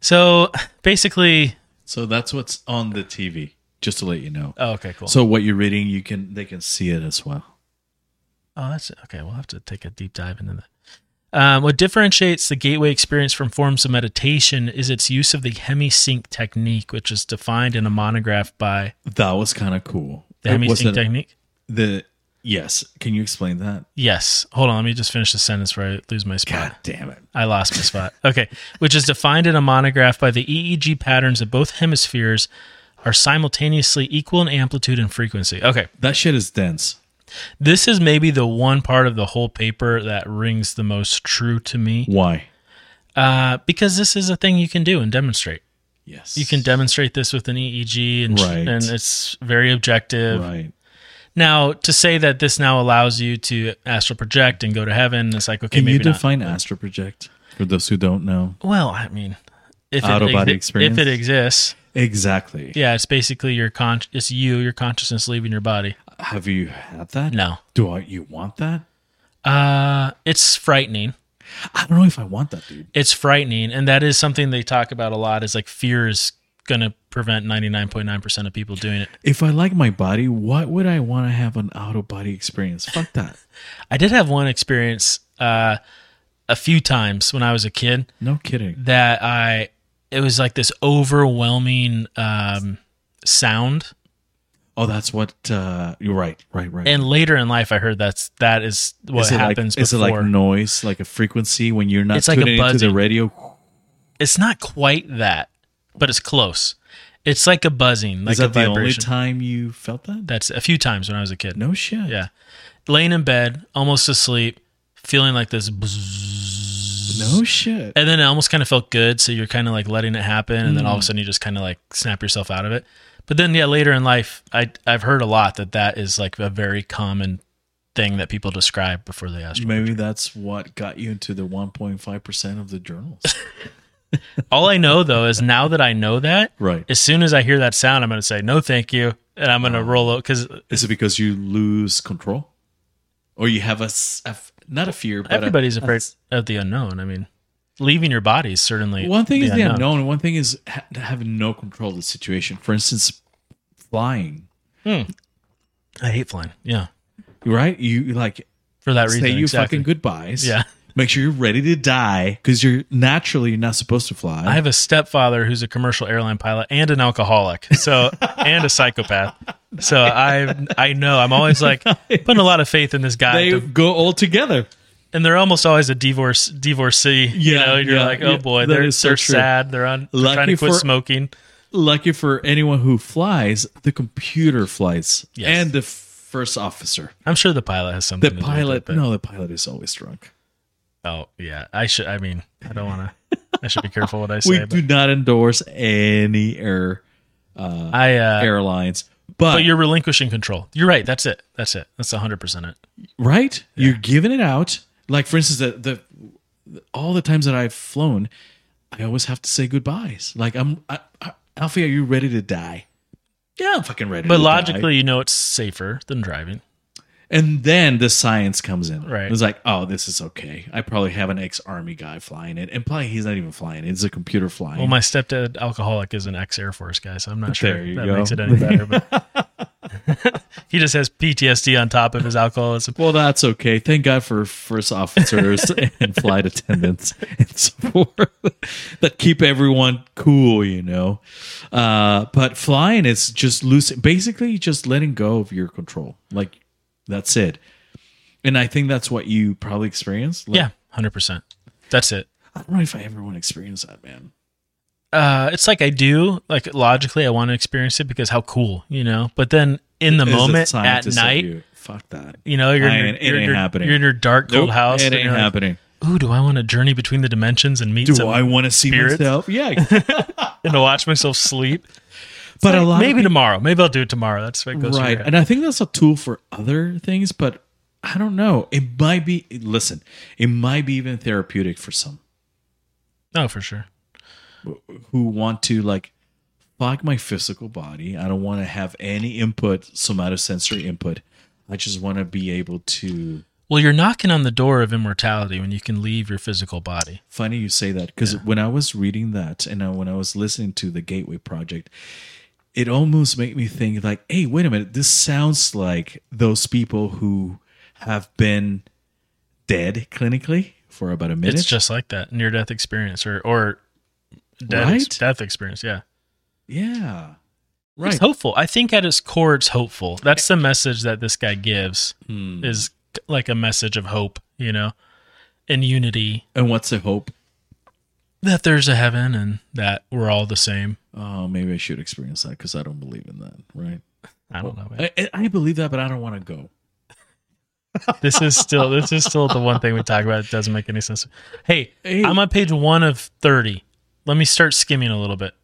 B: so basically,
C: So that's what's on the TV, just to let you know.
B: oh, okay, cool.
C: So what you're reading, you can they can see it as well.
B: Oh, that's okay. We'll have to take a deep dive into that. Um, what differentiates the gateway experience from forms of meditation is its use of the hemi-sync technique, which is defined in a monograph by
C: That was kind of cool.
B: the
C: It
B: hemi-sync
C: wasn't-
B: technique.
C: The yes, can you explain that?
B: Yes. Hold on. Let me just finish the sentence where I lose my spot.
C: God damn it!
B: I lost my spot. Okay. Which is defined in a monograph by the EEG patterns of both hemispheres are simultaneously equal in amplitude and frequency. Okay.
C: That shit is dense.
B: This is maybe the one part of the whole paper that rings the most true to me
C: Why?
B: uh, because this is a thing you can do and demonstrate.
C: Yes,
B: You can demonstrate this with an EEG and,
C: Right.
B: and it's very objective.
C: right.
B: Now, to say that this now allows you to astral project and go to heaven, it's like, okay,
C: Can
B: maybe
C: you
B: not.
C: define astral project for those who don't know?
B: Well, I mean, if it
C: Out-of-body
B: exi-
C: experience?
B: if it exists,
C: Exactly.
B: yeah, it's basically your con. It's you, your consciousness leaving your body.
C: Have you had that?
B: No,
C: Do I? You want that?
B: uh, it's frightening.
C: I don't know if I want that, dude.
B: It's frightening, and that is something they talk about a lot. Is like fear is going to prevent ninety nine point nine percent of people doing it.
C: If I like my body, why would I want to have an out of body experience? Fuck that.
B: I did have one experience uh, a few times when I was a kid
C: No kidding.
B: that I it was like this overwhelming um, sound.
C: Oh, that's what uh, you're right. Right. Right.
B: And later in life, I heard that's that is what
C: it
B: happens.
C: Like, is it
B: before.
C: like noise, like a frequency when you're not
B: It's like a
C: tuning into
B: buzzing.
C: the radio?
B: it's not quite that, but it's close. It's like a buzzing, like
C: is
B: a
C: that the
B: vibration.
C: only time you felt that?
B: That's a few times when I was a kid.
C: No shit.
B: Yeah, laying in bed, almost asleep, feeling like this, bzzz,
C: No shit.
B: and then it almost kind of felt good. So you're kind of like letting it happen, and
C: Mm.
B: then all of a sudden you just kind of like snap yourself out of it. But then yeah, later in life, I I've heard a lot that that is like a very common thing that people describe before they
C: *laughs*
B: ask.
C: Maybe that's what got you into the 1.5% of the journals.
B: All I know though is now that I know that,
C: Right.
B: as soon as I hear that sound, I'm going to say no, thank you, and I'm going to roll out because
C: Is it because you lose control? Or you have a, s- a f- not a fear, but uh, a-
B: everybody's
C: a
B: afraid
C: s-
B: of the unknown. I mean, leaving your body is certainly
C: One thing is the unknown. and One thing is ha- having no control of the situation. For instance, flying,
B: I hate flying. Yeah,
C: right? You you, like
B: for that reason.
C: say you
B: exactly.
C: fucking goodbyes.
B: Yeah.
C: *laughs* Make sure you're ready to die because you're naturally you're not supposed to fly.
B: I have a stepfather who's a commercial airline pilot and an alcoholic, so *laughs* and a psychopath. So I I know I'm always like putting a lot of faith in this guy,
C: they go all together.
B: and they're almost always a divorce divorcee. you
C: Yeah,
B: know, you're
C: yeah,
B: like, oh
C: yeah.
B: boy,
C: That
B: they're
C: is so
B: they're
C: true.
B: sad. They're on they're trying
C: Lucky
B: to quit
C: for-
B: smoking.
C: Lucky for anyone who flies, the computer flies
B: Yes.
C: and the first officer.
B: I'm sure the pilot has something.
C: The
B: to do with it,
C: pilot,
B: but-
C: no, the pilot is always drunk.
B: Oh yeah, I should. I mean, I don't want to. I should be careful what I say.
C: *laughs* We
B: but
C: do not endorse any air
B: I uh,
C: airlines,
B: but
C: but,
B: you're relinquishing control. You're right. That's it. That's it. That's 100% it.
C: right, you're giving it out. Like for instance, the, the all the times that I've flown, I always have to say goodbyes. Like I'm, I, I, Alfie, are you ready to die? Yeah, I'm fucking ready.
B: But
C: to die.
B: logically, you know it's safer than driving.
C: and then the science comes in.
B: Right.
C: it's like, oh, this is okay. I probably have an ex-army guy flying it, and probably he's not even flying it. It's a computer flying.
B: Well, my stepdad alcoholic is an ex Air Force guy, so I'm not sure
C: There you
B: that
C: go.
B: makes it any better. But
C: *laughs*
B: *laughs* he just has PTSD on top of his alcoholism.
C: Well, that's okay. Thank God for
B: *laughs*
C: first officers and flight attendants and so forth *laughs* that keep everyone cool, you know. Uh, but flying is just losing, basically, just letting go of your control. Like, that's it. And I think that's what you probably experienced. Like,
B: Yeah, hundred percent. That's it.
C: I don't know if I ever want to experience that, man.
B: Uh, it's like I do. Like logically, I want to experience it because how cool, you know. But then in the
C: As a
B: moment at
C: scientist of
B: night, you.
C: you, fuck that.
B: know, you're in, your-
C: Ain't- it
B: you're, in
C: ain't
B: your-
C: happening.
B: you're in your dark cold
C: Nope,
B: house.
C: It
B: and
C: ain't
B: you're like,
C: happening.
B: Ooh, do I want to journey between the dimensions and meet
C: Do
B: some
C: I want to see
B: spirits? *laughs*
C: myself? Yeah,
B: and to watch myself sleep?
C: *laughs* but a
B: Like,
C: lot of
B: maybe tomorrow. Maybe I'll do it tomorrow. That's what goes through
C: right
B: your head.
C: and i think that's a tool for other things but i don't know it might be listen it might be even therapeutic for some
B: No, for sure.
C: who want to like fuck my physical body i don't want to have any input somatosensory input i just want to be able to
B: Well, you're knocking on the door of immortality when you can leave your physical body.
C: funny you say that because when i was reading that and I, when i was listening to the gateway project it almost made me think like hey wait a minute this sounds like those people who have been dead clinically for about a minute
B: It's just like that near death experience or or death, ex-
C: Right?
B: death experience. Yeah.
C: yeah right
B: It's hopeful. I think at its core, it's hopeful. That's the message that this guy gives
C: Hmm.
B: is like a message of hope, you know, and unity
C: and what's the hope
B: that there's a heaven and that we're all the same.
C: oh maybe i should experience that because i don't believe in that right
B: I don't know. Man.
C: I, I- I believe that but i don't want to go
B: This is still this is still the one thing we talk about. It doesn't make any sense. Hey,
C: Hey.
B: I'm on page one of thirty. Let me start skimming a little bit.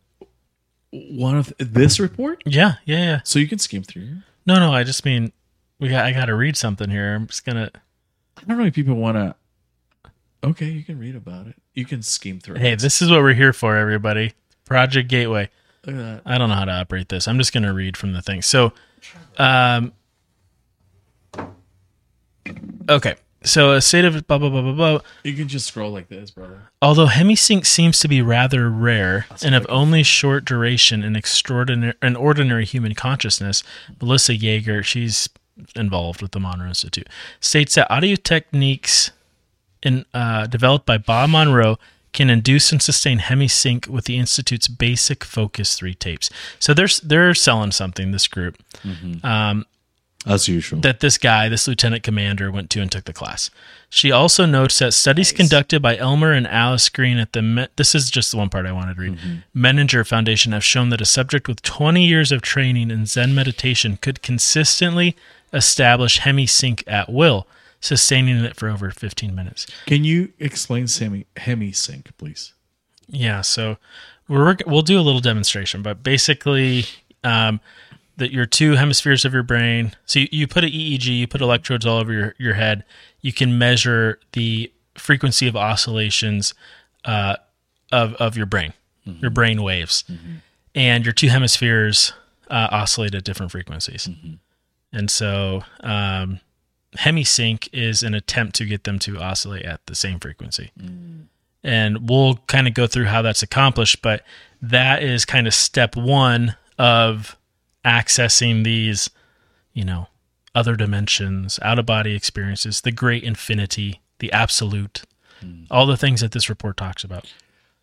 C: one of this report
B: Yeah, yeah, yeah.
C: so you can skim through
B: No, no. I just mean we got. I got to read something here. I'm just gonna.
C: i don't know if people want to okay you can read about it you can skim through
B: Hey,
C: it.
B: this is what we're here for, everybody. Project Gateway.
C: Look at that.
B: I don't know how to operate this. I'm just going to read from the thing. So, um, okay. So a state of blah blah blah blah blah.
C: You can just scroll like this, brother.
B: Although hemisync seems to be rather rare and of only short duration in extraordinary an ordinary human consciousness, Melissa Yeager, she's involved with the Monroe Institute, states that audio techniques in, uh, developed by Bob Monroe can induce and sustain hemisync with the institute's basic focus three tapes. So they're they're selling something. This group
C: As usual.
B: that this guy, this lieutenant commander, went to and took the class. She also notes that studies conducted by Elmer and Alice Green at the Me- this is just the one part I wanted to read. Menninger Foundation have shown that a subject with 20 years of training in Zen meditation could consistently establish hemisync at will, sustaining it for over 15 minutes.
C: can you explain semi hemi sync, please?
B: Yeah, so we're work- we'll do a little demonstration, but basically, um, that your two hemispheres of your brain. So you, you put an EEG, you put electrodes all over your your head. You can measure the frequency of oscillations uh, of of your brain, your brain waves, and your two hemispheres uh, oscillate at different frequencies. And so, um, hemisync is an attempt to get them to oscillate at the same frequency and we'll kind of go through how that's accomplished but that is kind of step one of accessing these you know other dimensions out of body experiences the great infinity the absolute
C: Hmm.
B: all the things that this report talks about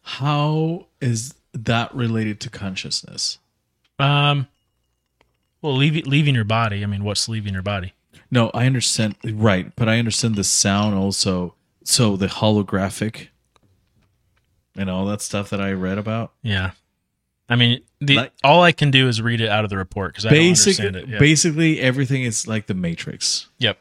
C: How is that related to consciousness?
B: um well leave, leaving your body i mean what's leaving your body
C: No, I understand right, but I understand the sound also. So the holographic and all that stuff that I read about.
B: yeah i mean the
C: Like-
B: all i can do is read it out of the report because i don't understand
C: Basically,
B: it yeah.
C: basically everything is like the Matrix.
B: yep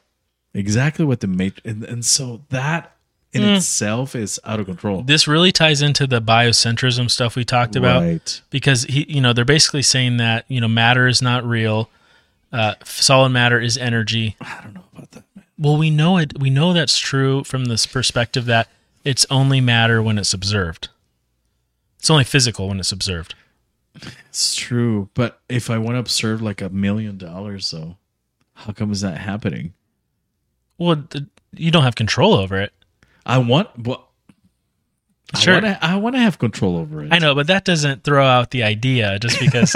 C: Exactly what the Matrix, and, and so that in
B: Mm.
C: itself is out of control.
B: this really ties into the biocentrism stuff we talked about
C: Right.
B: because he, you know, they're basically saying that you know matter is not real, uh, solid matter is energy.
C: I don't know about that. Man.
B: Well, we know it. We know that's true from this perspective that it's only matter when it's observed. It's only physical when it's observed.
C: It's true, but if I want to observe like a million dollars, though, how come is that happening?
B: Well, th- you don't have control over it.
C: I want, well,
B: Sure.
C: I want to I wanna have control over it.
B: I know, but that doesn't throw out the idea just because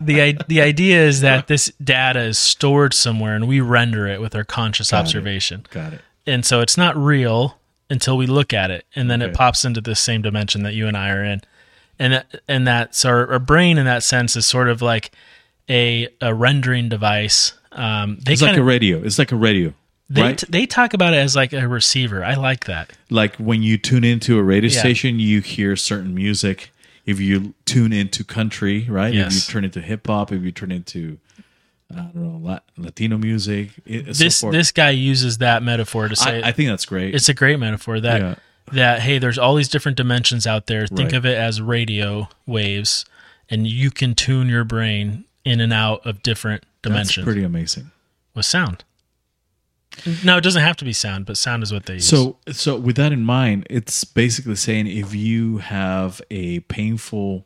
B: the i- the idea is that this data is stored somewhere and we render it with our conscious observation.
C: Got it.
B: And so it's not real until we look at it and then it
C: Okay.
B: pops into this same dimension that you and I are in. And that, and that so our, our brain in that sense is sort of like a a rendering device. Um they
C: It's
B: kind
C: like a
B: of
C: radio. It's like a radio.
B: they,
C: right?
B: t- they talk about it as like a receiver. I like that.
C: like when you tune into a radio
B: Yeah.
C: station, you hear certain music. If you tune into country, right? If
B: Yes.
C: you turn into hip hop, if you turn into I don't know Lat- Latino music, it, so
B: This
C: forth.
B: this guy uses that metaphor to say
C: I, I think that's great.
B: it's a great metaphor that
C: Yeah.
B: that hey there's all these different dimensions out there think
C: Right.
B: of it as radio waves and you can tune your brain in and out of different
C: that's
B: dimensions
C: pretty amazing.
B: with sound no it doesn't have to be sound but sound is what they use
C: So, so with that in mind, it's basically saying if you have a painful,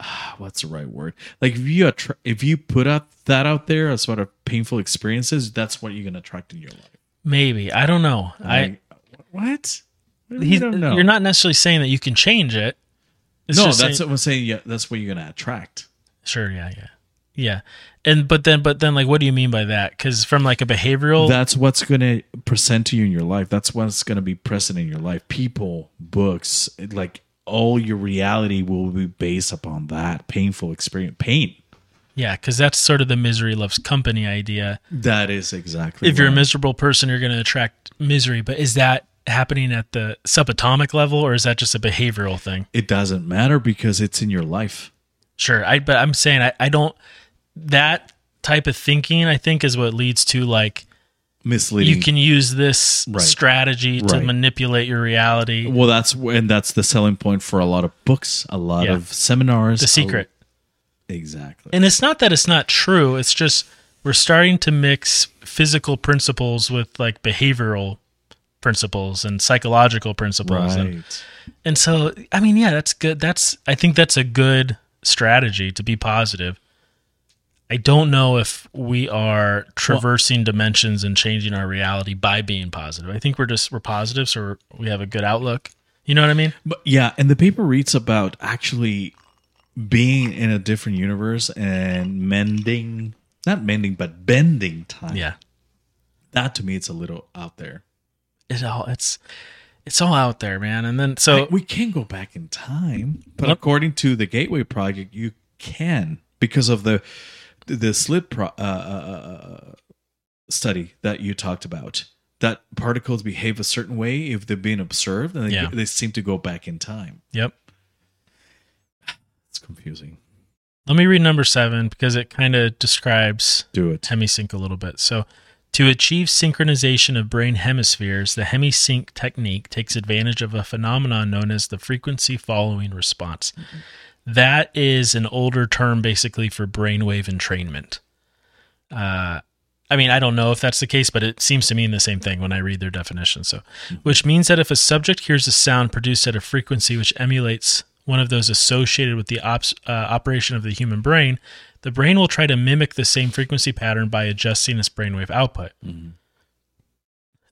C: Ah, what's the right word? Like if you attr if you put out that out there as sort of painful experiences, that's what you're gonna attract in your life.
B: maybe i don't know i
C: Like, what? What do you
B: he's,
C: don't know.
B: you're not necessarily saying that you can change it It's
C: no,
B: just
C: that's
B: saying-
C: what I'm saying. Yeah, that's what you're gonna attract.
B: sure yeah yeah yeah and but then but then like what do you mean by that because from like a behavioral
C: That's what's gonna present to you in your life. That's what's gonna be present in your life. People, books, like all your reality will be based upon that painful experience. Pain.
B: yeah because that's sort of the misery loves company idea
C: That is exactly.
B: if you're a
C: right.
B: miserable person, you're going to attract misery. But is that happening at the subatomic level, or is that just a behavioral thing?
C: it doesn't matter because it's in your life.
B: Sure, I. But I'm saying I, I don't. That type of thinking, I think, is what leads to like
C: Misleading.
B: you can use this
C: Right.
B: strategy to
C: Right.
B: manipulate your reality.
C: Well, that's and that's the selling point for a lot of books, a lot
B: Yeah.
C: of seminars. Oh,
B: The secret,
C: Exactly.
B: and it's not that it's not true. It's just we're starting to mix physical principles with like behavioral principles and psychological principles and
C: Right.
B: And so, I mean, yeah, that's good. That's I think that's a good strategy to be positive. I don't know if we are traversing dimensions and changing our reality by being positive. I think we're just we're positive, so we're, we have a good outlook. You know what I mean?
C: But yeah, and the paper reads about actually being in a different universe and mending, not mending, but bending time.
B: Yeah.
C: That to me, it's a little out there.
B: It all it's it's all out there, man. And then so
C: we can go back in time, but
B: Yep.
C: according to the Gateway Project, you can because of the the slit pro, uh, uh, uh, study that you talked about. That particles behave a certain way if they're being observed, and they,
B: Yeah.
C: they seem to go back in time.
B: yep.
C: It's confusing.
B: Let me read number seven because it kind of describes
C: Do it.
B: hemisync a little bit. So, to achieve synchronization of brain hemispheres, the hemisync technique takes advantage of a phenomenon known as the frequency following response. That is an older term basically for brainwave entrainment. Uh, I mean, I don't know if that's the case, but it seems to mean the same thing when I read their definition. So, which means that if a subject hears a sound produced at a frequency which emulates one of those associated with the ops, uh, operation of the human brain, the brain will try to mimic the same frequency pattern by adjusting its brainwave output.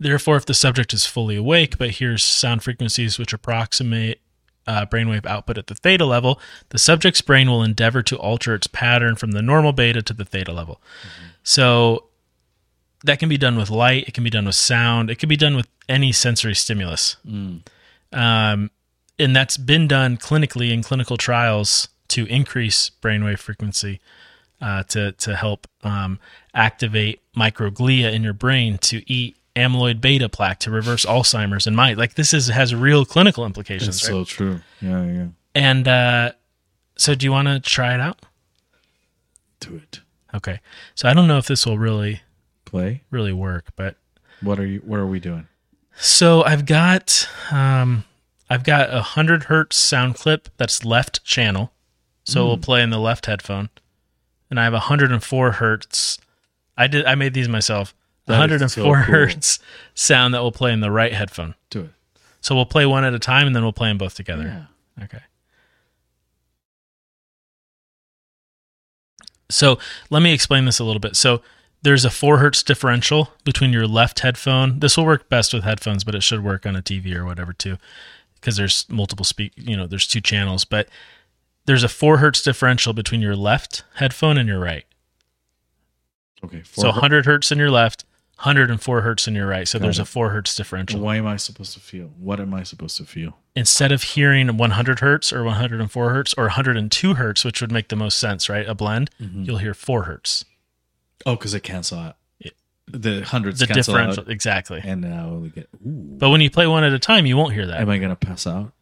B: Therefore, if the subject is fully awake but hears sound frequencies which approximate uh, brainwave output at the theta level, the subject's brain will endeavor to alter its pattern from the normal beta to the theta level. So that can be done with light, it can be done with sound, it can be done with any sensory stimulus. Um, and that's been done clinically in clinical trials to increase brainwave frequency uh, to to help um, activate microglia in your brain to eat amyloid beta plaque to reverse Alzheimer's and might like this is has real clinical implications.
C: That's
B: right?
C: so true. Yeah, yeah.
B: and uh, so, do you want to try it out?
C: Do it.
B: Okay. So I don't know if this will really
C: Play.
B: really work, but
C: What are you? What are we doing?
B: So I've got um, I've got a hundred hertz sound clip that's left channel, so
C: Hmm.
B: it will play in the left headphone, and I have hundred and four hertz. I did I made these myself.
C: That
B: hundred and
C: is so
B: four
C: cool.
B: hertz sound that will play in the right headphone.
C: Do it.
B: So we'll play one at a time, and then we'll play them both together. Okay. So let me explain this a little bit. So There's a four hertz differential between your left headphone. This will work best with headphones, but it should work on a TV or whatever too, because there's multiple speak. You know, there's two channels, but there's a four hertz differential between your left headphone and your right.
C: Okay. Four
B: So
C: her-
B: 100 hertz in your left, 104 hertz in your right. So there's
C: it.
B: a four hertz differential.
C: Why am I supposed to feel? What am I supposed to feel?
B: instead of hearing 100 hertz or 104 hertz or 102 hertz, which would make the most sense, right? A blend,
C: Mm-hmm.
B: you'll hear four hertz.
C: Oh, because it cancel out. The hundreds
B: The
C: cancel
B: differential,
C: out,
B: exactly.
C: and I only get. Ooh.
B: But when you play one at a time, you won't hear that.
C: Am I gonna pass out?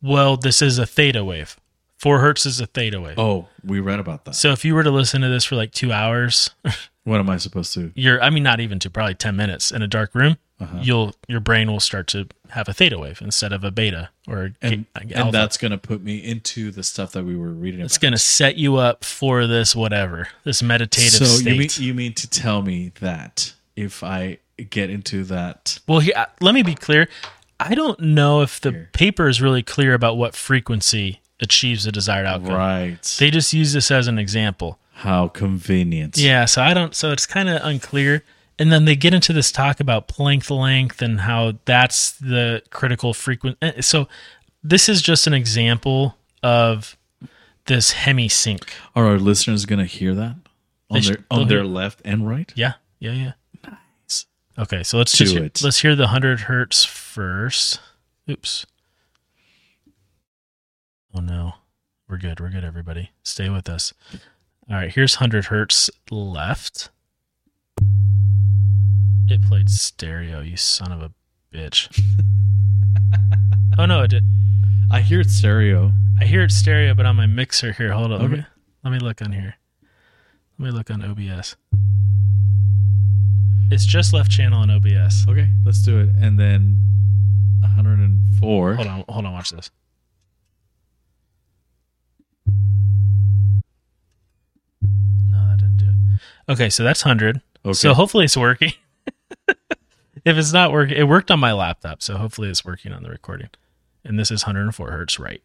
B: Well, this is a theta wave. Four hertz is a theta wave.
C: Oh, we read about that.
B: So if you were to listen to this for like two hours, *laughs*
C: What am I supposed to?
B: you're, I mean, not even to probably 10 minutes in a dark room,
C: Uh-huh.
B: you'll, your brain will start to have a theta wave instead of a beta or a
C: And,
B: ga- alpha.
C: and that's gonna put me into the stuff that we were reading.
B: it's
C: About.
B: going to set you up for this, whatever, this meditative
C: so
B: state.
C: you mean you mean to tell me that if I get into that,
B: Well, here, uh, let me be clear. I don't know if the paper is really clear about what frequency achieves the desired outcome.
C: right?
B: They just use this as an example.
C: How convenient.
B: Yeah, so I don't. So it's kind of unclear. And then they get into this talk about Planck length and how that's the critical frequency. So this is just an example of this hemi sync.
C: Are our listeners gonna hear that on
B: They sh-
C: their on
B: they'll
C: their
B: hear-
C: left and right?
B: Yeah, yeah, yeah.
C: Nice.
B: Okay, so let's
C: Do
B: just hear,
C: it.
B: let's hear the hundred hertz first. Oops. Oh no, we're good. We're good. Everybody, stay with us. All right, here's hundred hertz left. It played stereo. You son of a bitch.
C: *laughs*
B: oh no, it did.
C: I hear it stereo.
B: I hear it stereo, but on my mixer here. Hold on. Let me
C: Okay.
B: let me look on here. Let me look on OBS. It's just left channel on OBS.
C: Okay, let's do it. And then 104.
B: Hold on, hold on, watch this. No, that didn't do it. Okay, so that's 100.
C: Okay.
B: So hopefully it's working. *laughs* if it's not working, it worked on my laptop, so hopefully it's working on the recording. And this is 104 hertz, right?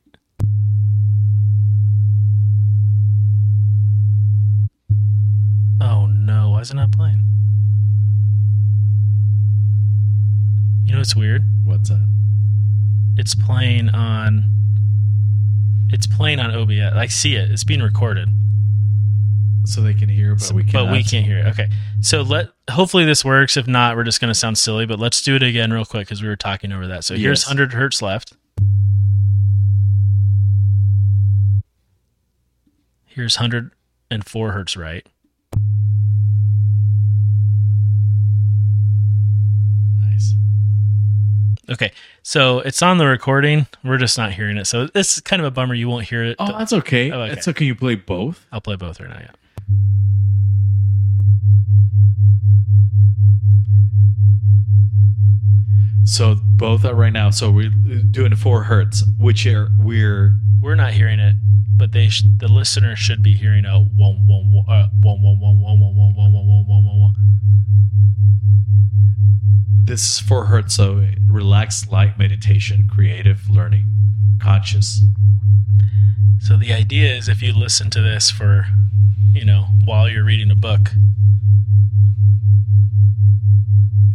B: Oh no, why is it not playing? You know what's weird?
C: What's that?
B: it's playing on it's playing on OBS. I see it. It's being recorded,
C: So they can hear, but we
B: but
C: cannot.
B: we can't hear it. Okay, so let hopefully this works. If not, we're just gonna sound silly. But let's do it again real quick because we were talking over that. So here's
C: Yes.
B: 100 hertz left. Here's 104 hertz right.
C: Nice.
B: Okay, so it's on the recording. We're just not hearing it. So it's kind of a bummer. You won't hear it.
C: Oh, that's okay.
B: Oh, okay.
C: It's okay. You play both.
B: I'll play both right now. Yeah.
C: So both are right now. So we're doing four hertz, which are we're
B: we're not hearing it, but they sh- the listener should be hearing a one one one uh, one one one one one one one one one one one one.
C: this is four hertz. So relaxed, light meditation, creative learning, conscious.
B: So the idea is if you listen to this for, you know, while you're reading a book,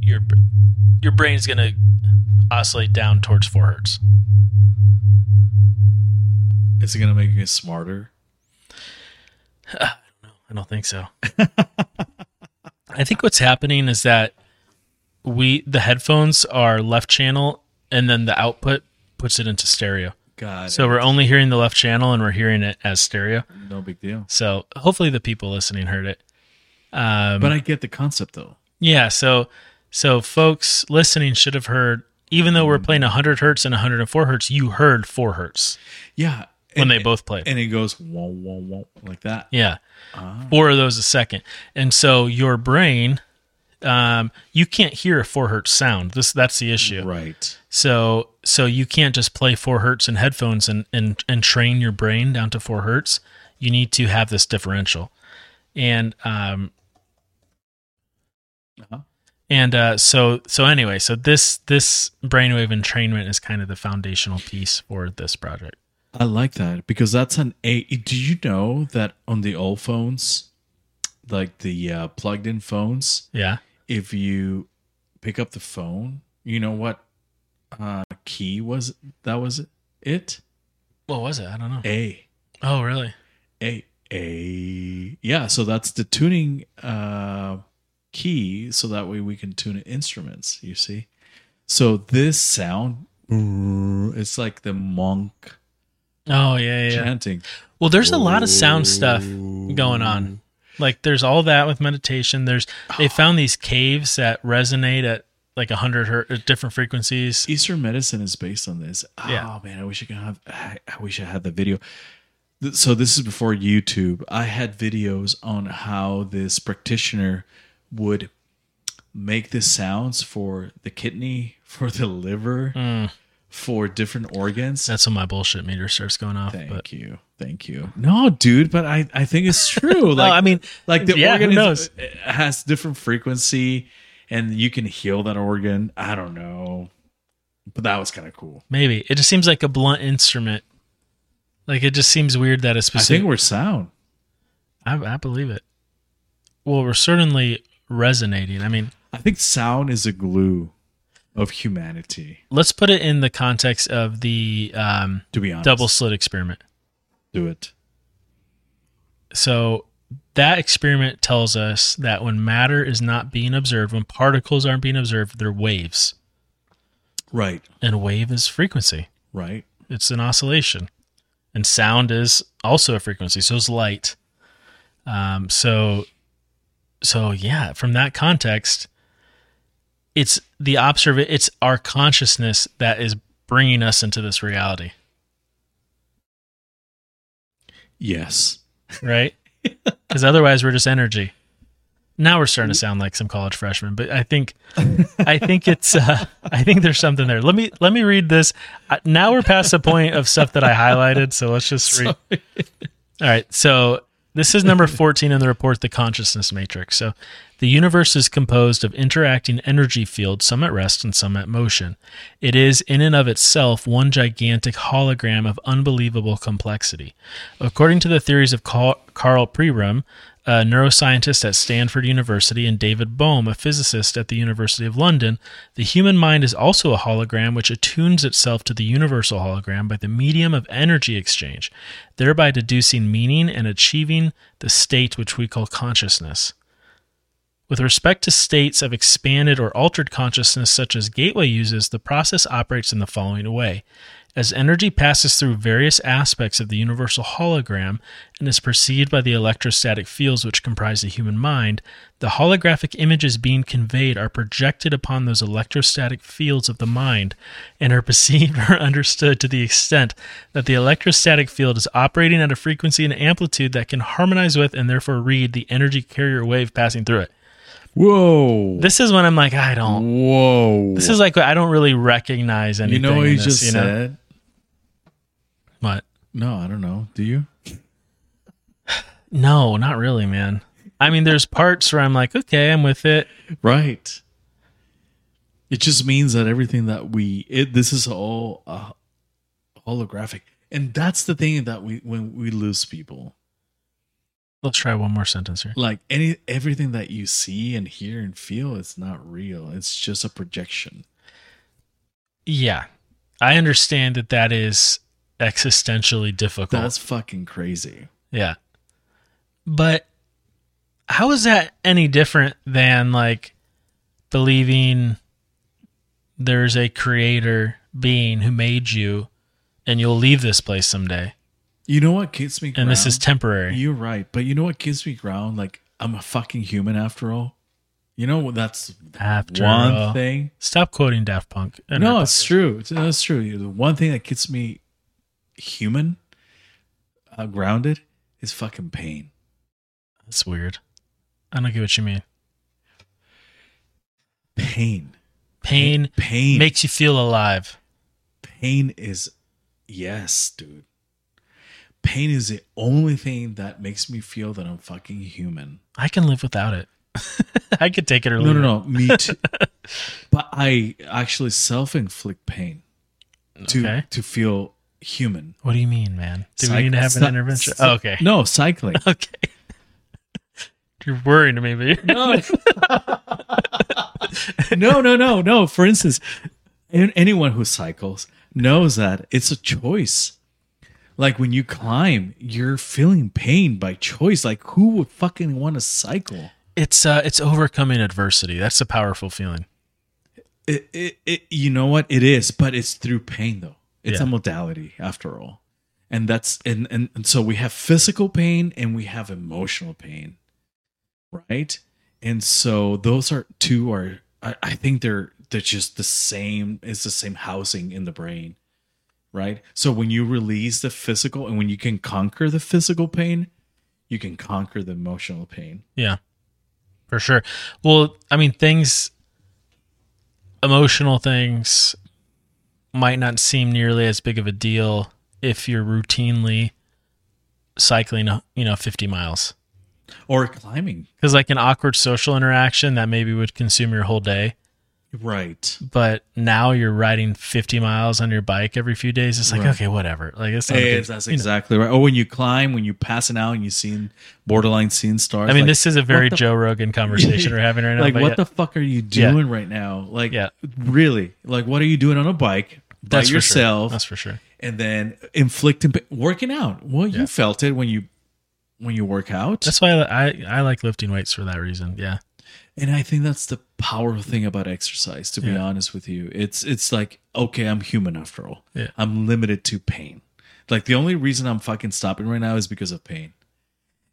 B: your br- your brain's gonna oscillate down towards four hertz.
C: Is it gonna make you smarter?
B: I don't think so. I think what's happening is that we the headphones are left channel, and then the output puts it into stereo.
C: God.
B: So we're only hearing the left channel and we're hearing it as stereo.
C: no big deal.
B: So hopefully the people listening heard it. Um,
C: But I get the concept though.
B: yeah, so so folks listening should have heard even though we're playing 100 hertz and 104 hertz, you heard 4 hertz
C: Yeah.
B: when
C: And-
B: they both played.
C: and Ah. it goes one one one like that.
B: yeah. Four of those a second. And so your brain um, you can't hear a 4 hertz sound. This that's the issue.
C: Right.
B: So so you can't just play four hertz in headphones and and and train your brain down to four hertz. You need to have this differential, and um,
C: Uh-huh.
B: and uh, so so anyway, so this this brainwave entrainment is kind of the foundational piece for this project.
C: I like that because that's an A. Do you know that on the old phones, like the uh, plugged in phones,
B: Yeah.
C: if you pick up the phone, you know what uh, key was that was it?
B: What was it? I don't know.
C: A.
B: Oh, really?
C: A A yeah, so that's the tuning uh key so that way we can tune instruments, you see. So this sound it's like the monk
B: Oh, yeah, yeah, yeah.
C: chanting.
B: Well, there's a lot of sound stuff going on. Like there's all that with meditation. There's they found these caves that resonate at like 100 hertz at different frequencies.
C: Eastern medicine is based on this. Oh
B: Yeah.
C: man, I wish I could have I, I wish I had the video. Th- So this is before YouTube. I had videos on how this practitioner would make the sounds for the kidney, *laughs* for the liver, for different organs.
B: That's when my bullshit meter starts going off.
C: Thank
B: but
C: you. Thank you. No, dude, but I, I think *laughs* it's true. Like
B: I mean,
C: like the
B: yeah, who
C: organ
B: knows?
C: is, uh, has different frequency and you can heal that organ. I don't know. But that was kind of cool.
B: maybe it just seems like a blunt instrument. Like it just seems weird that a
C: I
B: specific.
C: think we're sound.
B: I, I believe it. Well, we're certainly resonating. I mean,
C: I think sound is a glue of humanity.
B: let's put it in the context of the um,
C: To be honest,
B: double slit experiment.
C: do it.
B: So that experiment tells us that when matter is not being observed, when particles aren't being observed, they're waves.
C: Right.
B: And a wave is frequency.
C: Right.
B: It's an oscillation. And sound is also a frequency, so is light. Um, so so yeah, from that context, it's the observ it's our consciousness that is bringing us into this reality,
C: Yes.
B: right? Cuz otherwise we're just energy. Now we're starting to sound like some college freshmen, but I think I think it's uh, I think there's something there. Let me let me read this. Uh, now we're past the point of stuff that I highlighted, so let's just read. All right. So this is number 14 in the report, The Consciousness Matrix. So the universe is composed of interacting energy fields, some at rest and some at motion. It is, in and of itself, one gigantic hologram of unbelievable complexity. According to the theories of Carl Carl Prierum, a neuroscientist at Stanford University, and David Bohm, a physicist at the University of London, the human mind is also a hologram which attunes itself to the universal hologram by the medium of energy exchange, thereby deducing meaning and achieving the state which we call consciousness. With respect to states of expanded or altered consciousness, such as Gateway uses, the process operates in the following way. As energy passes through various aspects of the universal hologram and is perceived by the electrostatic fields which comprise the human mind, the holographic images being conveyed are projected upon those electrostatic fields of the mind and are perceived or *laughs* understood to the extent that the electrostatic field is operating at a frequency and amplitude that can harmonize with and therefore read the energy carrier wave passing through it.
C: Whoa.
B: This is when I'm like, I don't.
C: Whoa.
B: This is like I don't really recognize anything.
C: Mm. you know what
B: in
C: you
B: this,
C: just
B: you know?
C: said?
B: What?
C: No, I don't know. Do you?
B: No, not really, man. I mean, there's parts where I'm like, okay, I'm with it.
C: Right. It just means that everything that we it this is all uh, holographic, and that's the thing that we when we lose people,
B: Let's try one more sentence here.
C: like any everything that you see and hear and feel, it's not real. It's just a projection.
B: Yeah, I understand that that is existentially difficult.
C: That's fucking crazy.
B: yeah, but how is that any different than like believing there's a creator being who made you, and you'll leave this place someday,
C: You know what keeps me?
B: and
C: Ground?
B: this is temporary.
C: You're right, but you know what gives me ground? Like I'm a fucking human after all. You know that's
B: After
C: one
B: all.
C: thing.
B: Stop quoting Daft Punk. and
C: no,
B: her
C: it's true. It's, no, it's true. The one thing that gets me human, uh, grounded, is fucking pain.
B: podcast. That's weird. I don't get what you mean.
C: Pain.
B: Pain
C: Pain.
B: makes you feel alive.
C: pain is yes, dude. Pain is the only thing that makes me feel that I'm fucking human.
B: I can live without *laughs* it. I could take it or
C: No,
B: leave
C: no,
B: it.
C: no.
B: *laughs*
C: Me too. but I actually self-inflict pain to
B: Okay.
C: to feel human.
B: What do you mean, man? Do we
C: Cyc-
B: need to have an
C: cy-
B: intervention?
C: cy-
B: okay.
C: No, cycling.
B: *laughs* Okay. You're worrying me, but
C: no, no, no, no. For instance, an- anyone who cycles knows that it's a choice. Like when you climb, you're feeling pain by choice. Like who would fucking want to cycle?
B: it's uh, it's overcoming adversity. That's a powerful feeling.
C: It, it, it, you know what it is, but it's through pain though. It's a
B: Yeah.
C: modality after all, and that's and, and and so we have physical pain and we have emotional pain, right? And so those are two are I, I think they're they're just the same. It's the same housing in the brain, right? So when you release the physical and when you can conquer the physical pain, you can conquer the emotional pain.
B: Yeah, for sure. Well, I mean, things, emotional things might not seem nearly as big of a deal if you're routinely cycling, you know, 50 miles.
C: Or climbing,
B: Because, like, an awkward social interaction that maybe would consume your whole day.
C: right?
B: But now you're riding 50 miles on your bike every few days. It's like,
C: Right.
B: okay, whatever. Like, it's not a
C: Hey,
B: big-
C: that's
B: you know.
C: exactly right. Or when you climb, when you pass it out and you seen borderline scene stars.
B: I mean,
C: like,
B: this is a very Joe Rogan
C: *laughs*
B: conversation we're having right now.
C: like
B: but
C: what
B: yeah.
C: the fuck are you
B: Yeah.
C: doing right now? Like,
B: Yeah.
C: really? Like, what are you doing on a bike by
B: That's for sure.
C: yourself?
B: That's for sure.
C: And then inflicting pa- working out. Well, you felt it when you when you work out,
B: That's why I, I I like lifting weights for that reason. Yeah.
C: and I think that's the powerful thing about exercise. To be
B: Yeah.
C: honest with you, it's it's like okay, I'm human after all.
B: Yeah.
C: I'm limited to pain. Like the only reason I'm fucking stopping right now is because of pain.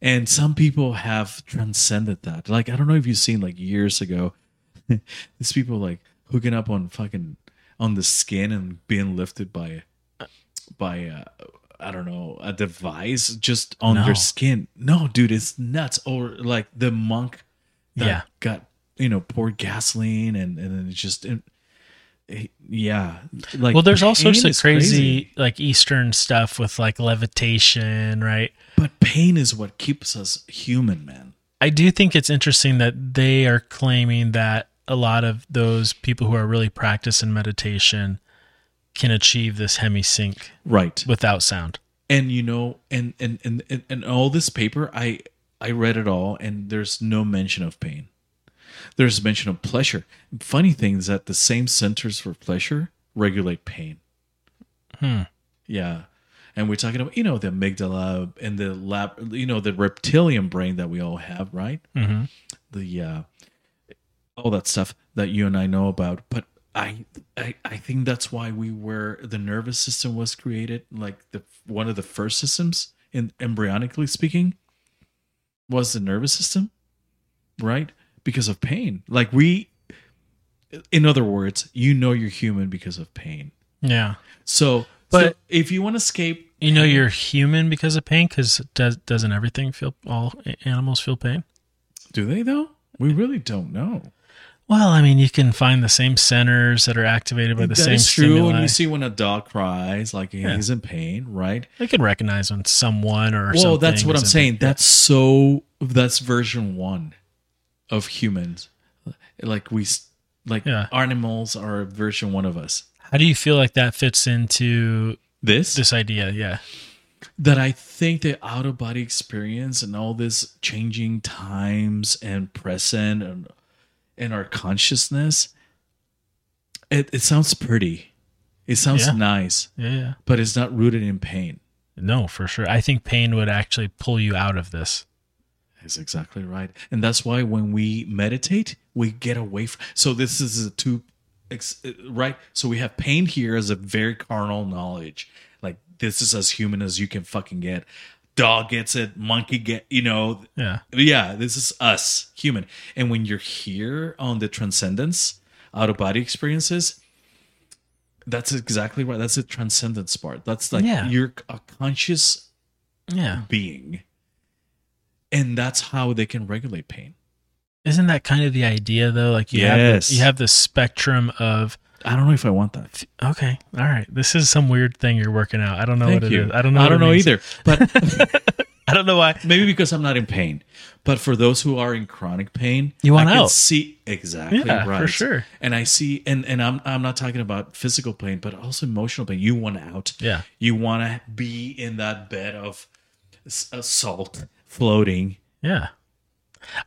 C: And some people have transcended that. Like I don't know if you've seen like years ago, *laughs* these people like hooking up on fucking on the skin and being lifted by by uh, I don't know a device just on
B: No.
C: their skin. No, dude, it's nuts. Or like the monk that
B: Yeah.
C: got you know poured gasoline and and then it just. and- eh, yeah, like
B: well there's all sorts
C: pain
B: of
C: is
B: crazy, like eastern stuff with like levitation right
C: But pain is what keeps us human, man.
B: i do think it's interesting that they are claiming that a lot of those people who are really practicing meditation can achieve this hemisync
C: Right.
B: without sound
C: And you know, and and and and, and all this paper, I I read it all, and there's no mention of pain. There's mention of pleasure. Funny thing is that the same centers for pleasure regulate pain. Yeah. And we're talking about, you know, the amygdala and the lab, you know, the reptilian brain that we all have, right?
B: mm-hmm.
C: the uh, all that stuff that you and I know about. But I, I I think that's why we were the nervous system was created like the one of the first systems in embryonically speaking was the nervous system, right? Because of pain. Like we in other words, you know you're human because of pain.
B: yeah
C: So
B: But-
C: so if you want to escape
B: you know you're human because of pain because does, doesn't everything feel all a- animals feel pain
C: do they though? We really don't know.
B: well i mean you can find the same centers that are activated by the
C: That
B: same
C: is true.
B: stimuli
C: When you see when a dog cries, like he's in pain, right?
B: i can recognize when someone or
C: well,
B: something
C: that's what
B: is
C: I'm
B: in
C: saying. That's so. That's version one of humans. Like we, s- like
B: Yeah.
C: animals are version one of us.
B: How do you feel like that fits into
C: This,
B: this idea? Yeah.
C: that I think the out of body experience and all this changing times and present and and our consciousness. It it sounds pretty. It sounds
B: Yeah.
C: nice,
B: Yeah, yeah.
C: but it's not rooted in pain.
B: No, for sure. I think pain would actually pull you out of this.
C: That's exactly right. And that's why when we meditate, we get away from. So this is a two, ex, uh, right? So we have pain here as a very carnal knowledge. Like this is as human as you can fucking get. Dog gets it, monkey get, you know,
B: Yeah.
C: yeah, this is us, human. And when you're here on the transcendence, out of body experiences, that's exactly right. That's the transcendence part. That's like
B: Yeah.
C: you're a conscious
B: Yeah.
C: being. And that's how they can regulate pain.
B: Isn't that kind of the idea though? Like you have
C: Yes.
B: this, you have this spectrum of
C: I don't know if I want that.
B: okay, all right. This is some weird thing you're working out. I don't know
C: Thank
B: what
C: you.
B: oh, it is. I don't know.
C: I
B: what
C: don't
B: it
C: know
B: means. *laughs*
C: either. But
B: I don't know why.
C: maybe because I'm not in pain. But for those who are in chronic pain,
B: You want
C: I can
B: out.
C: see exactly
B: Yeah, for
C: right.
B: sure.
C: And I see and and I'm I'm not talking about physical pain, but also emotional pain. You want out.
B: Yeah.
C: You want to be in that bed of s- uh, salt floating
B: Yeah.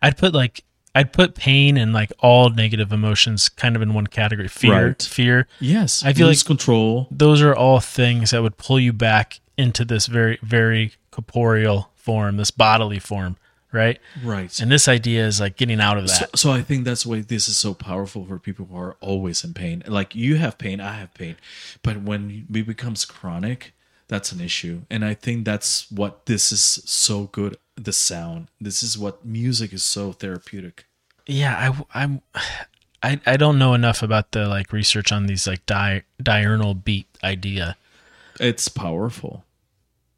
B: I'd put like I'd put pain and like all negative emotions kind of in one category. Fear,
C: Right.
B: fear.
C: Yes,
B: I feel
C: lose
B: like-
C: control.
B: Those are all things that would pull you back into this very very corporeal form, this bodily form, right?
C: Right.
B: And this idea is like getting out of that.
C: So, so I think that's why this is so powerful for people who are always in pain. Like you have pain, I have pain, but when it becomes chronic, that's an issue. And I think that's what this is so good. The sound. This is what music is so therapeutic.
B: yeah, I I'm *sighs* I I don't know enough about the like research on these like di- diurnal beat idea.
C: It's powerful.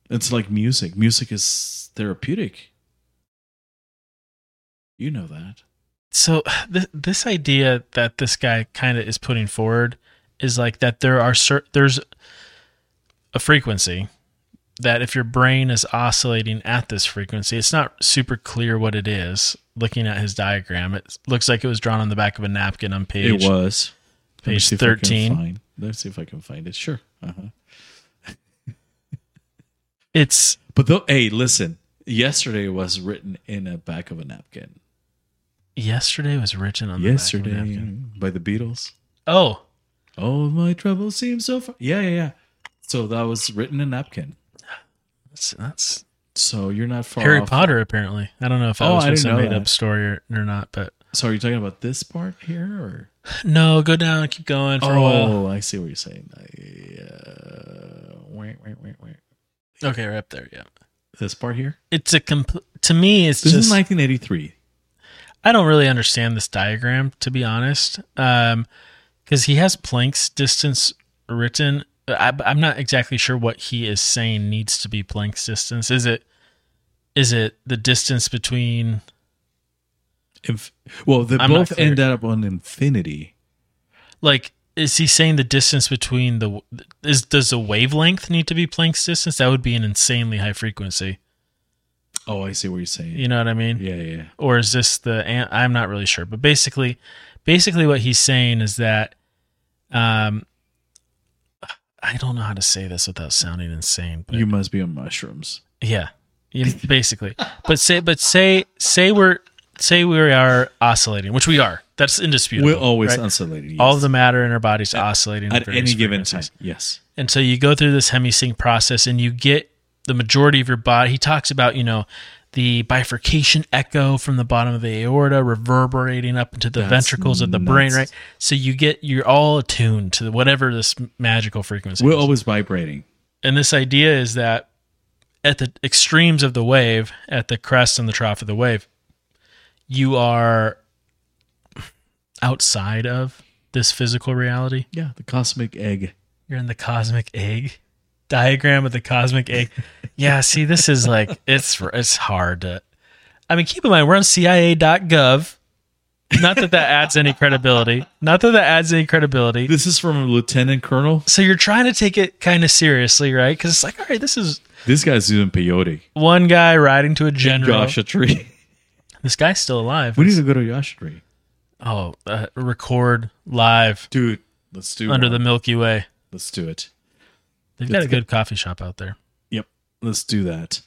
C: It's like music. Music is therapeutic. You know that.
B: so *sighs* th- this idea that this guy kind of is putting forward is like that there are cer- there's a frequency that if your brain is oscillating at this frequency it's not super clear what it is looking at his diagram it looks like it was drawn on the back of a napkin on page
C: it was Let me
B: page
C: see if I can
B: 13.
C: find- Let's see if I can find it. Sure. Uh-huh.
B: it's
C: But though, hey, listen. Yesterday was written in a back of a napkin.
B: yesterday was written on the back of a
C: Yesterday
B: napkin
C: by the Beatles.
B: oh
C: All my troubles seem so far. Yeah, yeah, yeah. So that was written in a napkin.
B: that's, that's
C: So you're not far
B: harry
C: off.
B: potter apparently i don't know if that
C: Oh,
B: was
C: I
B: just
C: didn't
B: a
C: know
B: made-up
C: that.
B: story or, or not but
C: So are you talking about this part here, or
B: no go down keep going for a while
C: oh, I see what you're saying. I, uh, wait, wait, wait, wait.
B: okay we're up there yeah
C: This part here.
B: it's a compl- to me it's
C: This
B: just
C: is 1983.
B: i don't really understand this diagram to be honest um because he has planck's distance written I, i'm not exactly sure what he is saying needs to be planck's distance is it is it the distance between
C: Inf- well, they
B: I'm not
C: both
B: clear.
C: ended up on infinity.
B: like is he saying the distance between the is does the wavelength need to be planck's distance that would be an insanely high frequency
C: Oh, I see what you're saying.
B: you know what i mean
C: yeah, yeah.
B: or is this the an- I'm not really sure, but basically, basically what he's saying is that, um, I don't know how to say this without sounding insane, but
C: You must be on mushrooms.
B: yeah, You- basically. but say, but say, say we're say we are oscillating, which we are. That's indisputable.
C: We're always
B: right?
C: oscillating.
B: all
C: yes.
B: the matter in our bodies oscillating
C: at
B: various
C: any given time.
B: frequencies.
C: Yes.
B: And so you go through this hemisync process and you get the majority of your body. He talks about, you know, the bifurcation echo from the bottom of the aorta reverberating up into the
C: That's
B: ventricles of the brain,
C: nuts.
B: right? So you get, you're all attuned to whatever this magical frequency
C: We're
B: is.
C: always vibrating.
B: And this idea is that at the extremes of the wave, at the crest and the trough of the wave, you are outside of this physical reality.
C: Yeah, the cosmic egg.
B: You're in the cosmic egg diagram of the cosmic egg. yeah, see, this is like *laughs* it's it's hard to. I mean, keep in mind we're on CIA.gov. Not that that adds any credibility. Not that that adds any credibility.
C: This is from Lieutenant Colonel.
B: So you're trying to take it kind of seriously, right? Because it's like, all right, this is
C: This guy's doing peyote.
B: one guy riding to a general.
C: Joshua Tree.
B: This guy's still alive.
C: *laughs* we need to go to Joshua Tree.
B: Oh, uh, record live
C: Dude, let's do
B: under
C: one.
B: the Milky Way.
C: Let's do it.
B: They've got
C: Let's
B: a good coffee shop out there.
C: Yep. Let's do that.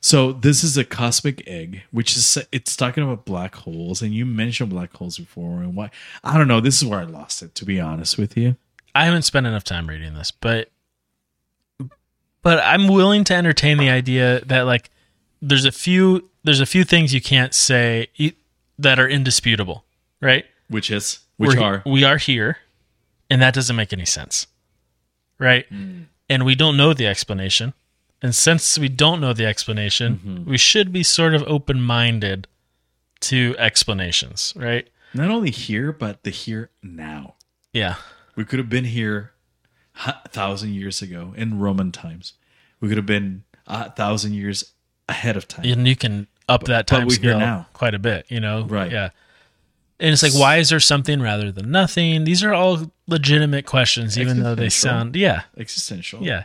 C: So this is a cosmic egg, which is it's talking about black holes, and you mentioned black holes before, and why I don't know. This is where I lost it, to be honest with you.
B: I haven't spent enough time reading this, but but I'm willing to entertain the idea that like there's a few there's a few things you can't say you- that are indisputable, right?
C: Which is which
B: We're-
C: are
B: we are here, and that doesn't make any sense, right? And we don't know the explanation, and since we don't know the explanation,
C: Mm-hmm.
B: we should be sort of open minded to explanations, right?
C: not only here but the here now.
B: Yeah,
C: We could have been here a thousand years ago in Roman times. We could have been a thousand years ahead of time.
B: and you can up that
C: but
B: time
C: we're here
B: scale
C: now.
B: quite a bit, you know?
C: Right.
B: Yeah. And it's like, why is there something rather than nothing? These are all legitimate questions, even though they
C: Existential.
B: sound, yeah,
C: Existential.
B: yeah.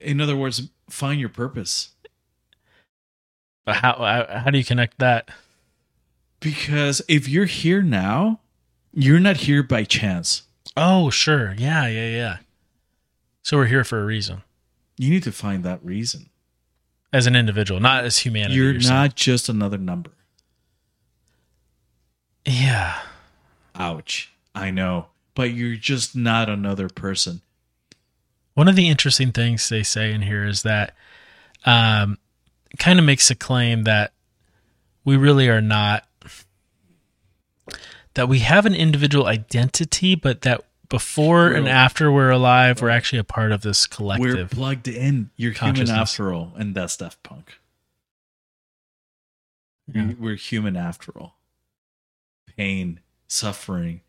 C: In other words, find your purpose.
B: But how how- how do you connect that?
C: Because if you're here now, you're not here by chance.
B: Oh, sure, yeah, yeah, yeah. So we're here for a reason,
C: You need to find that reason.
B: as an individual, not as humanity.
C: you're
B: saying.
C: not just another number.
B: Yeah.
C: Ouch. I know. But you're just not another person.
B: One of the interesting things they say in here is that um, kind of makes a claim that we really are not, that we have an individual identity, but that before and
C: We're-
B: after we're alive, we're actually a part of this
C: We're
B: collective.
C: plugged in. You're human
B: Consciousness.
C: after all, and that's Daft Punk. We-
B: Yeah.
C: We're human after all. Pain, suffering,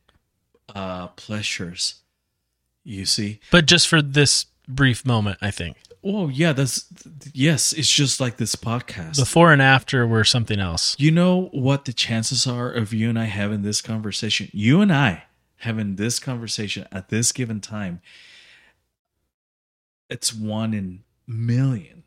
C: uh, pleasures. You see?
B: but just for this brief moment, I think.
C: Oh yeah, that's yes. It's just like this podcast.
B: Before and after were something else.
C: You know what the chances are of you and I having this conversation? You and I having this conversation at this given time. It's one in million.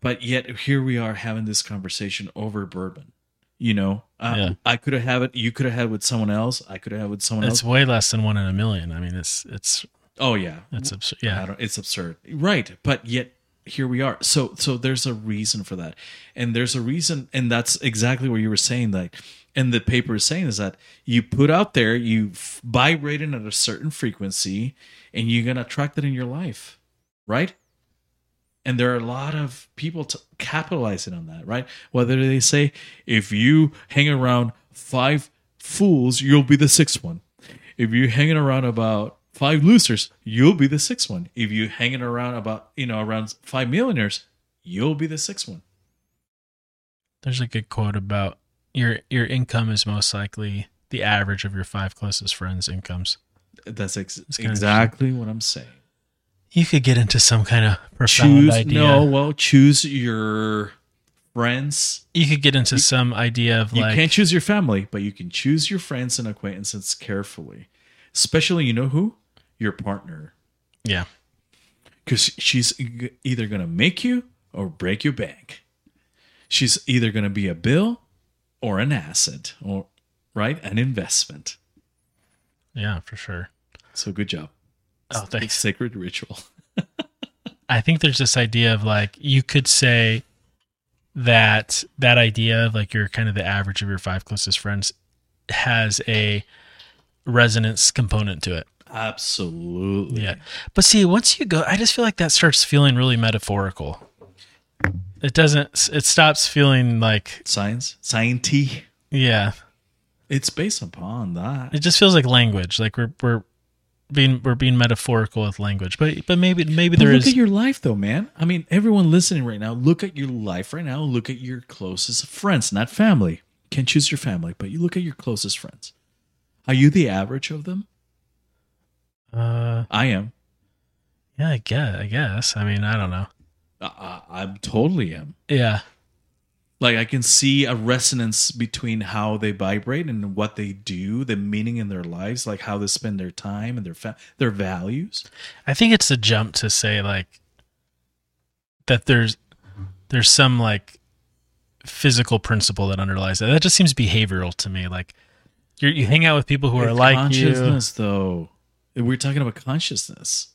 C: But yet here we are having this conversation over bourbon. You know, uh,
B: Yeah.
C: I could have had it. You could have had it with someone else. I could have had it with someone
B: It's
C: else.
B: way less than one in a million. I mean, it's it's
C: Oh yeah,
B: it's absurd.
C: I
B: Yeah,
C: don't, it's absurd. Right. But yet here we are. So so there's a reason for that. And there's a reason and that's exactly what you were saying like and the paper is saying is that you put out there you f- vibrating at a certain frequency and you're going to attract it in your life. Right? And there are a lot of people t- capitalizing on that, right? Whether they say, if you hang around five fools, you'll be the sixth one. If you're hanging around about five losers, you'll be the sixth one. If you're hanging around about, you know, around five millionaires, you'll be the sixth one.
B: there's a good quote about your your income is most likely the average of your five closest friends' incomes.
C: That's ex-
B: kinda
C: exactly what I'm saying.
B: You could get into some kind of profound
C: Choose,
B: idea.
C: no, well, choose your friends.
B: You could get into some idea of
C: You
B: like
C: can't choose your family, but you can choose your friends and acquaintances carefully. Especially, you know who? Your partner.
B: yeah,
C: because she's e- either going to make you or break your bank. She's either going to be a bill or an asset or right an investment.
B: yeah, for sure.
C: So good job.
B: Oh, thanks.
C: Sacred ritual.
B: I think there's this idea of like you could say that that idea of like you're kind of the average of your five closest friends has a resonance component to it.
C: Absolutely.
B: Yeah. But see, once you go, I just feel like that starts feeling really metaphorical. It doesn't, it stops feeling like,
C: Science, scienty.
B: yeah,
C: It's based upon that.
B: it just feels like language. Like we're, we're, being we're being metaphorical with language, but but maybe maybe
C: But
B: there
C: look
B: is
C: at your life, though, man. I mean, everyone listening right now, look at your life right now. Look at your closest friends, not family. Can't choose your family, but you look at your closest friends. Are you the average of them?
B: uh,
C: I am.
B: yeah I guess I guess I mean I don't know
C: I, I I'm totally am.
B: yeah
C: Like I can see a resonance between how they vibrate and what they do, the meaning in their lives, like how they spend their time and their fa- their values.
B: I think it's a jump to say like that there's there's some like physical principle that underlies that. That just seems behavioral to me. Like you you hang out with people who are
C: It's
B: like you.
C: consciousness, though. We're talking about consciousness.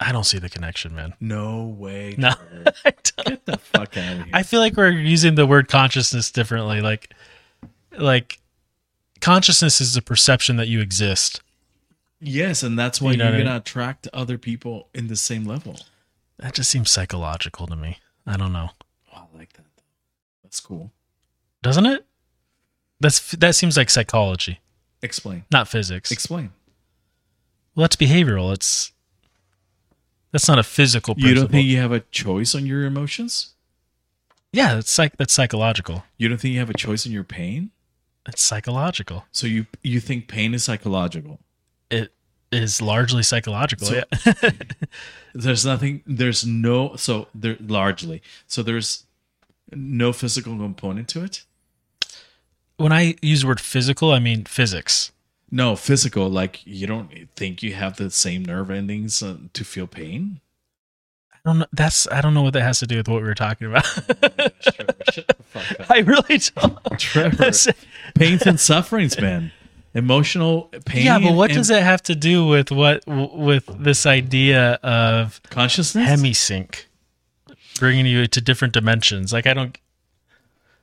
B: I don't see the connection, man.
C: No way.
B: *laughs*
C: *laughs*
B: No.
C: Trevor.
B: I, don't.
C: Get the fuck out of here.
B: I feel like we're using the word consciousness differently. Like like consciousness is the perception that you exist.
C: yes, and that's why
B: You
C: you
B: know
C: are
B: what I
C: gonna attract other people in the same level.
B: That just seems psychological to me. I don't know.
C: Oh, I like that. That's cool.
B: Doesn't it? That's that seems like psychology,
C: Explain.
B: not physics.
C: Explain.
B: Well, that's behavioral. It's that's not a physical. Principle.
C: You don't think you have a choice on your emotions?
B: yeah, that's psych. That's psychological.
C: You don't think you have a choice in your pain?
B: It's psychological.
C: So you you think pain is psychological?
B: It is largely psychological.
C: So-
B: yeah.
C: There's nothing. There's no. So there largely. So there's no physical component to it.
B: *laughs* when I use the word physical, I mean physics.
C: No physical. Like you don't think you have the same nerve endings uh, to feel pain.
B: I don't know. That's I don't know what that has to do with what we were talking about. *laughs*
C: Trevor, shut the fuck up.
B: I really don't.
C: Trevor, pains *laughs* and sufferings, man. Emotional pain.
B: yeah, but what
C: and
B: does it have to do with what with this idea of
C: consciousness?
B: hemisync bringing you to different dimensions? Like I don't.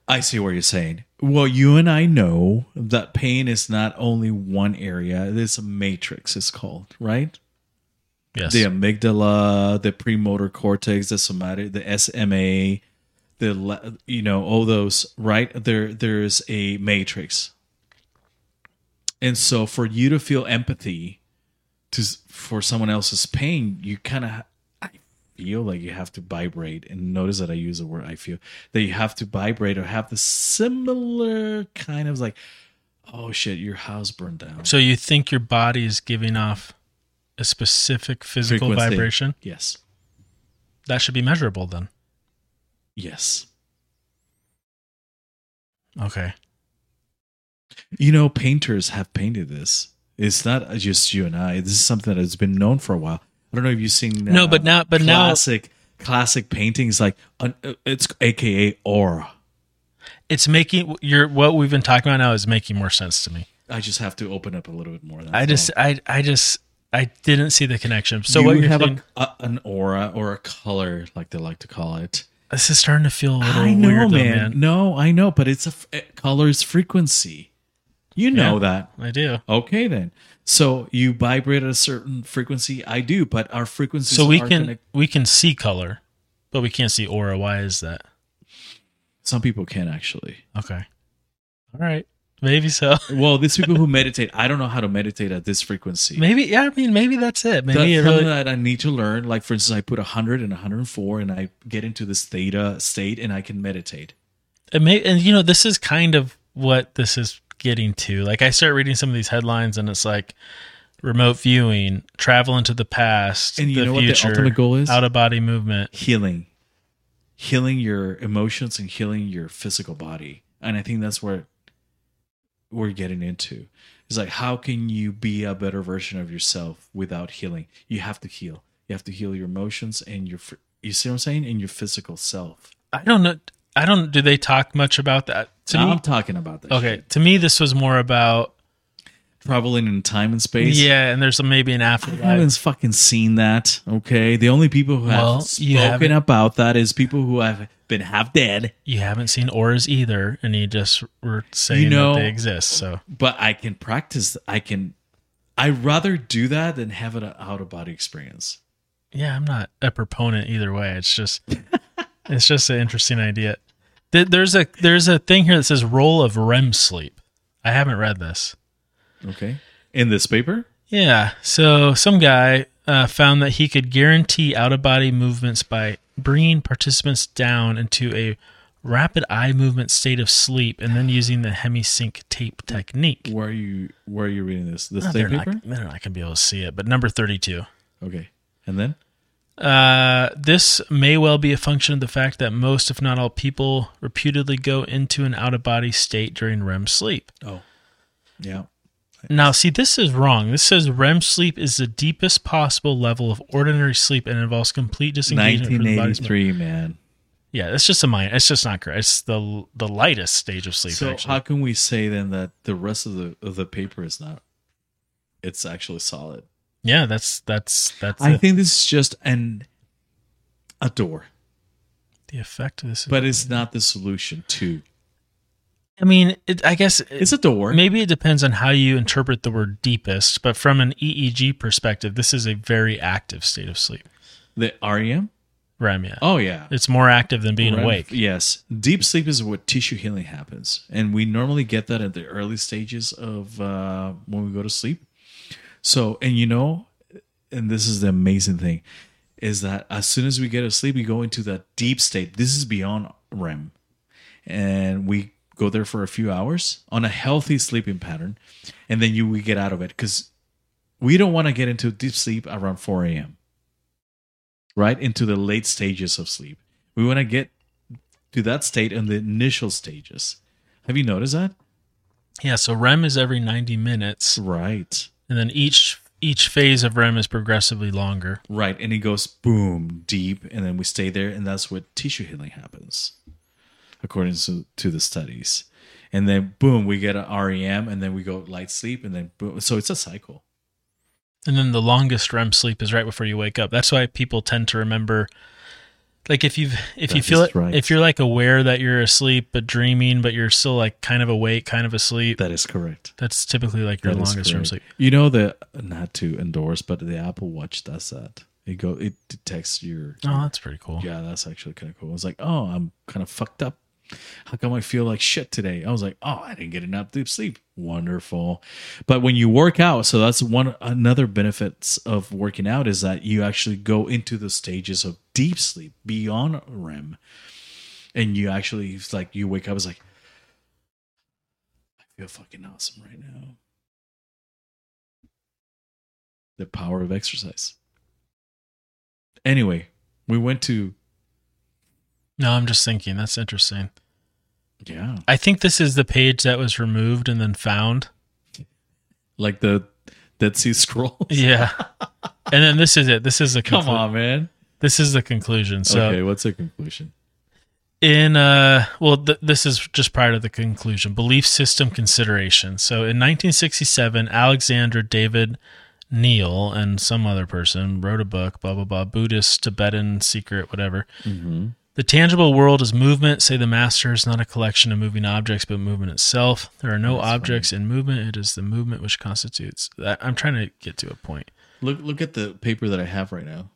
C: I see what you're saying. Well, you and I know that pain is not only one area. It's a matrix. It's called right.
B: Yes.
C: The amygdala, the premotor cortex, the somatic, the SMA, the le- you know all those right. There, there's a matrix. And so, for you to feel empathy to s- for someone else's pain, you kind of feel like you have to vibrate and notice that i use the word i feel that you have to vibrate or have the similar kind of like oh shit your house burned down
B: So you think your body is giving off a specific physical
C: Frequency.
B: vibration?
C: yes
B: That should be measurable then.
C: yes
B: Okay.
C: you know painters have painted this it's not just you and i this is something that has been known for a while i don't know if you've seen uh,
B: No, but now- but now-
C: classic classic paintings like uh, it's aka aura
B: It's making your what we've been talking about now is making more sense to me.
C: i just have to open up a little bit more that's
B: I just
C: all.
B: I I just I didn't see the connection. So
C: you
B: what you're
C: have a-
B: saying,
C: a, an aura or a color like they like to call it
B: this is starting to feel a little
C: I know,
B: weird, though,
C: man.
B: man.
C: No, I know, but it's a f- it colors frequency. You know
B: Yeah.
C: that.
B: I do.
C: Okay, then. So you vibrate at a certain frequency. I do, but our frequencies.
B: So we
C: are
B: can
C: gonna-
B: we can see color, but we can't see aura. Why is that?
C: some people can actually.
B: Okay. All right. Maybe so. *laughs*
C: Well, these people who meditate, I don't know how to meditate at this frequency.
B: Maybe yeah. I mean, maybe that's it.
C: That's
B: Maybe it
C: something
B: really.
C: that I need to learn. Like for instance, I put 100 and 104, and I get into this theta state, and I can meditate.
B: It may, and you know, this is kind of what this is getting to. Like, I start reading some of these headlines, and it's like remote viewing, travel into the past,
C: And you
B: the
C: know what the
B: future,
C: ultimate goal is?
B: out of body movement.
C: healing healing your emotions and healing your physical body and i think that's where we're getting into it's like how can you be a better version of yourself without healing you have to heal you have to heal your emotions and your fr- you see what i'm saying and your physical self
B: I don't know. I don't. Do they talk much about that? To
C: i'm
B: me,
C: talking about that
B: okay.
C: shit.
B: To me, this was more about
C: traveling in time and space
B: yeah, and there's a, maybe an
C: I
B: afterlife.
C: haven't fucking seen that. Okay, the only people who have
B: Well, you
C: spoken
B: haven't.
C: about that is people who have been half dead.
B: you haven't seen auras either, and you just were saying
C: know-
B: that they exist. So
C: but I can practice. I can. I rather do that than have an out of body experience.
B: yeah, I'm not a proponent either way. It's
C: *laughs*
B: just it's just an interesting idea. Th- There's a there's a thing here that says role of REM sleep. I haven't read this.
C: Okay. In this paper,
B: Yeah, so some guy uh, found that he could guarantee out of body movements by bringing participants down into a rapid eye movement state of sleep, and then using the hemisync tape technique.
C: where are you? Where are you reading this? This
B: No,
C: same
B: Oh, they're, not,
C: paper.
B: they're not gonna be able to see it, but number thirty-two.
C: Okay. And then
B: Uh, this may well be a function of the fact that most, if not all, people reputedly go into an out of body state during REM sleep.
C: oh, yeah.
B: Now, see, this is wrong. This says REM sleep is the deepest possible level of ordinary sleep and involves complete disengagement from the body's.
C: 1983, man.
B: Yeah, that's just a mind. It's just not correct. It's the the lightest stage of sleep.
C: So
B: actually,
C: how can we say then that the rest of the of the paper is not? It's actually solid.
B: yeah, that's that's that's
C: I
B: it.
C: think this is just an a door,
B: the effect of this.
C: but it's not the solution to.
B: I mean, it, I guess it-
C: It's a door.
B: Maybe it depends on how you interpret the word deepest, but from an EEG perspective, this is a very active state of sleep.
C: The REM.
B: REM, yeah.
C: Oh yeah.
B: It's more active than being
C: REM
B: awake.
C: Yes. Deep sleep is what tissue healing happens. And we normally get that at the early stages of uh, when we go to sleep. So, and you know, and this is the amazing thing is that as soon as we get asleep, we go into that deep state. This is beyond REM. And we go there for a few hours on a healthy sleeping pattern. And then you we get out of it because we don't want to get into deep sleep around 4 a.m right into the late stages of sleep. We want to get to that state in the initial stages. Have you noticed that?
B: Yeah, so REM is every 90 minutes,
C: Right.
B: and then each each phase of REM is progressively longer.
C: Right. And it goes boom, deep, and then we stay there, and that's where tissue healing happens, according to, to the studies. And then boom, we get an REM, and then we go light sleep, and then boom. So it's a cycle.
B: And then the longest REM sleep is right before you wake up. That's why people tend to remember like if you've if
C: That
B: you feel
C: is
B: it
C: right.
B: if you're like aware that you're asleep but dreaming but you're still like kind of awake kind of asleep
C: That is correct.
B: that's typically like your
C: That is
B: longest REM
C: correct.
B: sleep
C: You know the not to endorse, but the Apple Watch does that. It go it detects your
B: oh that's pretty cool
C: Yeah, that's actually kind of cool. I was like, oh, I'm kind of fucked up. How come I feel like shit today? I was like, oh, I didn't get enough deep sleep. Wonderful. But when you work out, so that's one another benefits of working out is that you actually go into the stages of deep sleep beyond REM, and you actually it's like you wake up it's like, I feel fucking awesome right now. The power of exercise. Anyway, we went to
B: no i'm just thinking that's interesting
C: yeah,
B: i think this is the page that was removed and then
C: *laughs*
B: found
C: like the Dead Sea Scrolls.
B: yeah and then this is it this is the
C: *laughs* Come
B: conclu-
C: on, man.
B: this is the conclusion so
C: okay, what's the conclusion?
B: in uh well th- this is just prior to the conclusion belief system consideration so in 1967 alexander david neal and some other person wrote a book blah blah blah buddhist tibetan secret whatever the tangible world is movement say the master is not a collection of moving objects but movement itself there are no objects in movement it is the movement which constitutes that i'm trying to get to a point
C: Look, look at the paper that I have right now.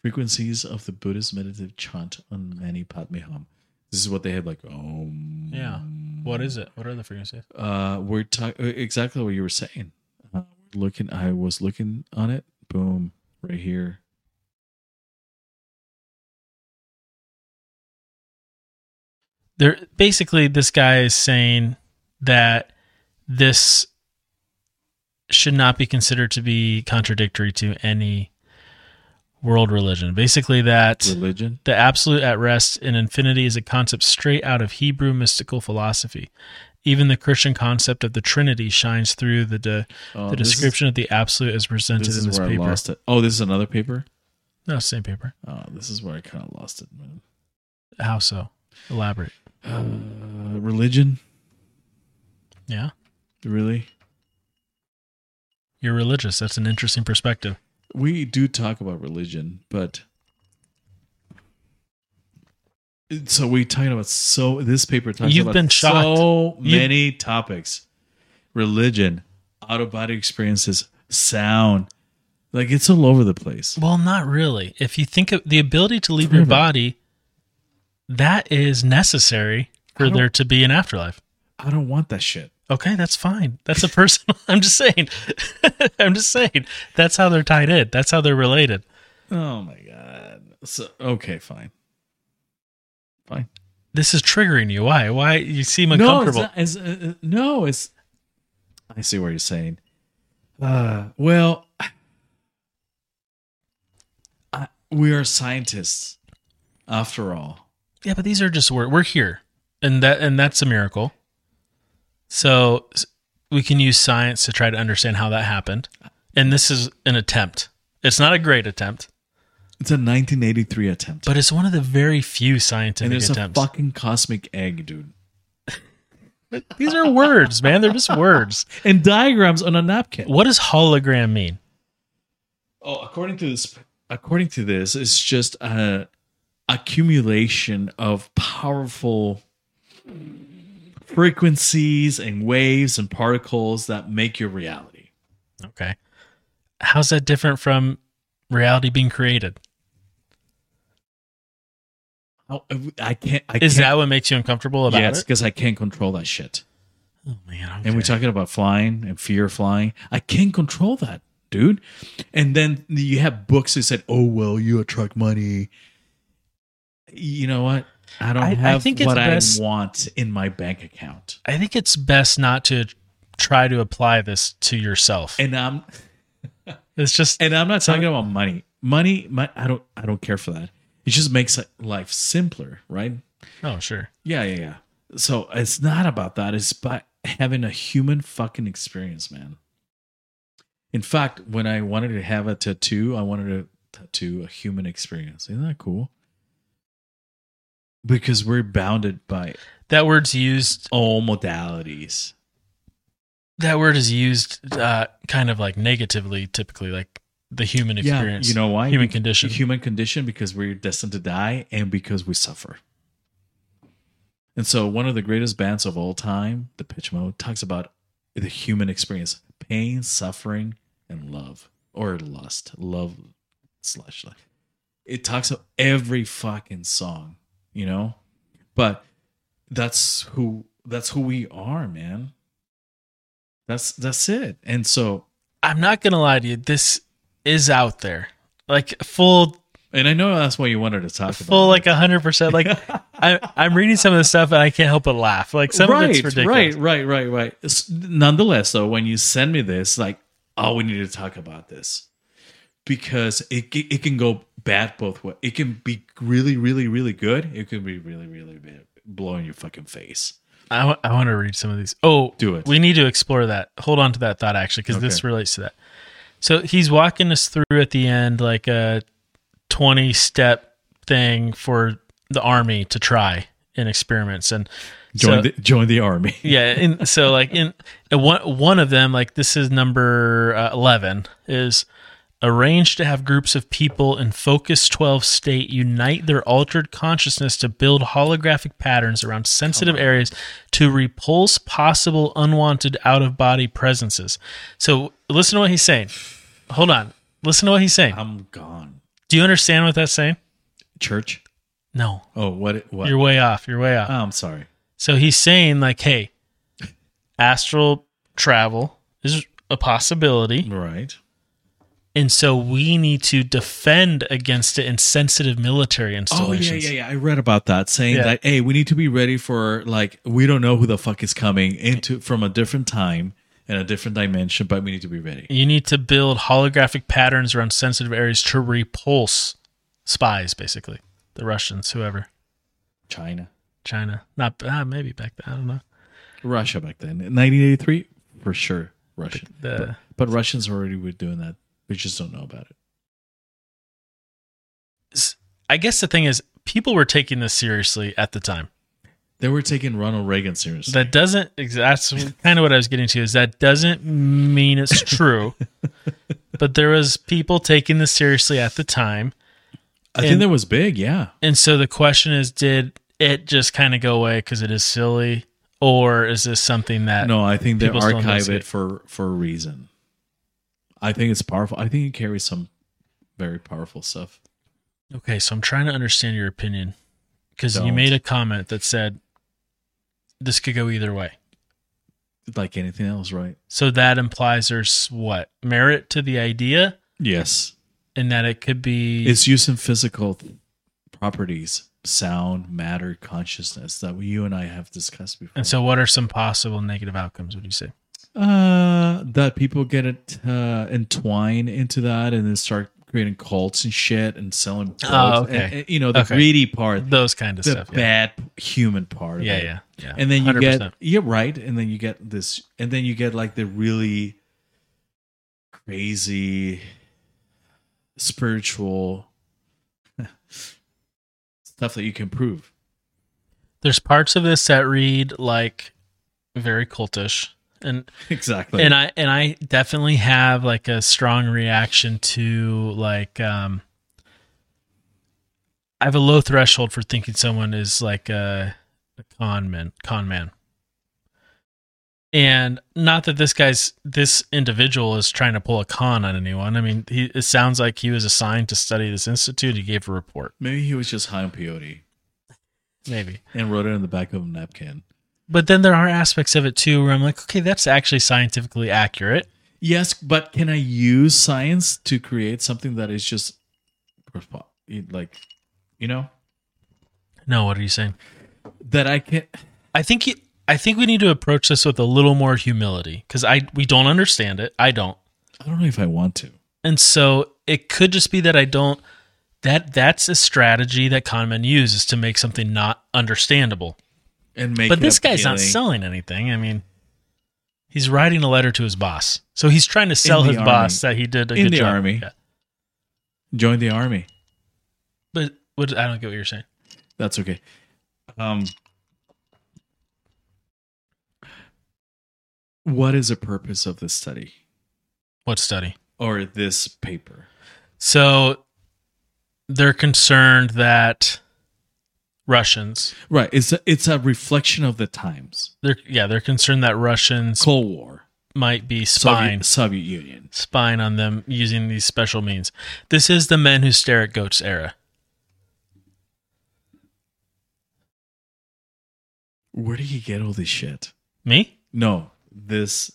C: Frequencies of the Buddhist meditative chant on Mani Padme Hum. This is what they have, like um.
B: yeah what is it what are the frequencies
C: Uh, we're talking exactly what you were saying. Uh, looking, I was looking on it. Boom, right here.
B: they're basically this guy is saying that this should not be considered to be contradictory to any world religion. Basically, that
C: Religion. *laughs*
B: the absolute at rest in infinity is a concept straight out of Hebrew mystical philosophy. Even the Christian concept of the Trinity shines through the de-
C: Oh,
B: the
C: this is-
B: description of the absolute as presented
C: This is
B: in this
C: where
B: paper.
C: I lost it. Oh, this is another paper.
B: No, same paper.
C: Oh, this is where I kind of lost it, man.
B: How so? Elaborate.
C: Uh, religion,
B: Yeah,
C: really?
B: you're religious. That's an interesting perspective.
C: We do talk about religion, but so we talking about so this paper talks
B: You've
C: about
B: been shocked.
C: so
B: You-
C: many topics: religion, out of body experiences, sound. Like it's all over the place.
B: Well, not really. If you think of the ability to leave your
C: Forever.
B: body, that is necessary
C: I
B: for
C: don't-
B: there to be an afterlife.
C: I don't want that shit.
B: Okay, that's fine. That's a personal. *laughs* I'm just saying. I'm just saying. That's how they're tied in. That's how they're related.
C: Oh my god. So okay, fine, fine.
B: This is triggering you. Why? Why you seem
C: No, it's
B: uncomfortable?
C: not, it's, uh, uh, no, it's. I see what you're saying. Uh, well, I, we are scientists, after all.
B: yeah, but these are just we're, we're here, and that and that's a miracle. So s- we can use science to try to understand how that happened, and this is an attempt. It's not a great attempt.
C: It's a 1983 attempt,
B: But it's one of the very few
C: and
B: scientific
C: there's
B: attempts.
C: a fucking cosmic egg, dude,
B: These are words, man. They're just words.
C: and diagrams on a napkin.
B: What does hologram mean?
C: Oh, according to this, according to this, it's just a accumulation of powerful frequencies and waves and particles that make your reality.
B: Okay. How's that different from reality being created?
C: Oh, I can't. I
B: Is
C: can't,
B: that what makes you uncomfortable about
C: yes?
B: it?
C: Because I can't control that shit.
B: Oh man.
C: And we're
B: okay.
C: talking about flying and fear of flying. I can't control that, dude. And then you have books that said, "Oh well, you attract money." You know what? I don't
B: I- I
C: have
B: think it's
C: what I
B: best-
C: want in my bank account,
B: I think it's best not to try to apply this to yourself.
C: and I'm
B: it's just
C: and I'm not talking about money. Money, my, I don't, I don't care for that. It just makes life simpler, right?
B: oh sure.
C: Yeah, yeah, yeah. So it's not about that. It's about having a human fucking experience, man. In fact, when I wanted to have a tattoo, I wanted to tattoo a human experience. Isn't that cool? Because we're bounded by
B: That word's used
C: all modalities.
B: that word is used uh, kind of like negatively typically like the human experience.
C: You know why?
B: Human
C: Be-
B: condition.
C: Human condition because we're destined to die and because we suffer. And so one of the greatest bands of all time, the Pitch Mode, talks about the human experience, pain, suffering, and love. Or lust. Love slash love. It talks about every fucking song, you know? But that's who that's who we are, man. That's that's it. And so
B: I'm not gonna lie to you. This is out there, like full,
C: and I know that's what you wanted to talk
B: full,
C: about.
B: like hundred percent.
C: *laughs*
B: Like I, I'm reading some of the stuff and I can't help but laugh. Like some of it's ridiculous.
C: Right, right, right, right. S- Nonetheless, though, when you send me this, like, oh, we need to talk about this because it ca- it can go bad both ways. It can be really, really, really good. It can be really, really bad, blowing your fucking face.
B: I want to read some of these. Oh,
C: Do it.
B: We need to explore that. Hold on to that thought actually, because this
C: Okay.
B: relates to that. So he's walking us through at the end like a 20 step thing for the army to try in experiments and
C: Join
B: so-
C: the join the army. *laughs*
B: yeah and so like in and one one of them like this is number uh, 11 is arrange to have groups of people in focus 12 state unite their altered consciousness to build holographic patterns around sensitive areas to repulse possible unwanted out of body presences so listen to what he's saying hold on listen to what he's saying
C: I'm gone.
B: do you understand what that's saying
C: Church.
B: no
C: Oh, what? What?
B: you're way off you're way off
C: Oh, I'm sorry.
B: So he's saying like, hey, astral travel is a possibility,
C: Right.
B: and so we need to defend against it in sensitive military
C: Oh
B: installations.
C: yeah, yeah, yeah. I read about that saying
B: Yeah.
C: that hey, we need to be ready for like we don't know who the fuck is coming into from a different time and a different dimension, but we need to be ready.
B: You need to build holographic patterns around sensitive areas to repulse spies, basically the Russians, whoever,
C: China,
B: China, not ah, maybe back then. I don't know.
C: Russia back then, 1983 for sure, Russia.
B: The-
C: but, but Russians already were doing that. We just don't know about it.
B: S- I guess the thing is, people were taking this seriously at the time.
C: They were taking Ronald Reagan seriously.
B: That doesn't. ex- That's kind of what I was getting to. Is that doesn't mean it's
C: *laughs*
B: true, but there was people taking this seriously at the time,
C: I think
B: and-
C: that was big. Yeah,
B: and so the question is, did it just kind of go away because it is silly, or is this something that
C: no, I think they
B: people still
C: archive
B: investigate.
C: it for for a reason. I think it's powerful. I think it carries some very powerful stuff.
B: Okay, so I'm trying to understand your opinion because you
C: Don't.
B: made a comment that said this could go either way.
C: Like anything else, right?
B: So that implies there's what merit to the idea,
C: Yes.
B: and that it could be
C: It's used in physical th- properties, sound, matter, consciousness that we, you and I have discussed before.
B: And so, what are some possible negative outcomes? Would you say?
C: uh, that people get it uh, entwined into that and then start creating cults and shit and selling. Drugs.
B: Oh, okay.
C: And- and, you know the
B: Okay.
C: greedy part, the
B: those kind of stuff. yeah.
C: bad human part. of
B: Yeah,
C: it.
B: yeah, yeah.
C: And then you
B: 100%.
C: get you're right, and then you get this, and then you get like the really crazy spiritual *laughs* stuff that you can prove. *laughs*
B: there's parts of this that read like very cultish, and
C: Exactly.
B: and I and I definitely have like a strong reaction to like um. I have a low threshold for thinking someone is like a, a con man, con man. And not that this guy's this individual is trying to pull a con on anyone. I mean, he, it sounds like he was assigned to study this institute. He gave a report,
C: Maybe he was just high on peyote
B: maybe.
C: and wrote it on the back of a napkin.
B: But then there are aspects of it too where I'm like, okay, that's actually scientifically accurate.
C: Yes, but can I use science to create something that is just like, you know,
B: No, what are you saying?
C: that I can?
B: I think you, I think we need to approach this with a little more humility because I we don't understand it. I don't,
C: I don't know if I want to.
B: and so it could just be that I don't. That that's a strategy that con men use is to make something not understandable.
C: And make.
B: But
C: it
B: this guy's not
C: appealing.
B: selling anything. I mean, he's writing a letter to his boss, so he's trying to sell
C: the
B: his
C: army.
B: boss that he did a
C: In
B: good
C: the
B: job.
C: army.
B: Yeah.
C: Join the army.
B: But what I don't get what you're saying.
C: That's okay. Um, what is the purpose of this study?
B: What study?
C: or this paper?
B: So they're concerned that Russians,
C: Right. It's a, it's a reflection of the times.
B: they're yeah, they're concerned that Russians
C: Cold War,
B: might be spying
C: Soviet, Soviet Union.
B: spying on them using these special means. This is the men who stare at goats era.
C: Where did you get all this shit?
B: Me
C: No, this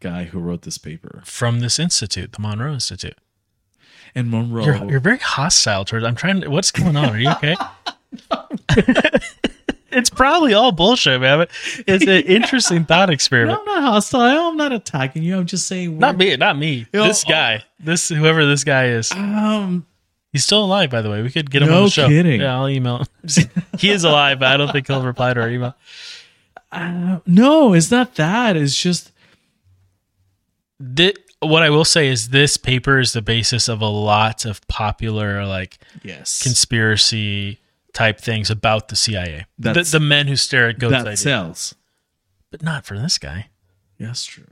C: guy who wrote this paper
B: from this institute, the Monroe Institute.
C: and Monroe.
B: You're, you're very hostile towards. I'm trying to. What's going on? Are you
C: *laughs*
B: okay? *laughs* it's probably all bullshit, man. But it's an interesting thought experiment.
C: *laughs* No, I'm not hostile. I'm not attacking you. I'm just saying.
B: Not me. Not me.
C: Yo, uh,
B: this guy. This whoever this guy is.
C: Um,
B: He's still alive, by the way. We could get him
C: No
B: on the show.
C: kidding.
B: Yeah, I'll email him. *laughs* he is alive, but I don't think he'll reply to our email.
C: uh, no, it's not that. It's just
B: Thi- what I will say is this paper is the basis of a lot of popular like
C: yes.
B: conspiracy type things about the CIA. The,
C: That's-
B: the men who stare at goats
C: that
B: idea.
C: sells.
B: But not for this guy.
C: Yes, true.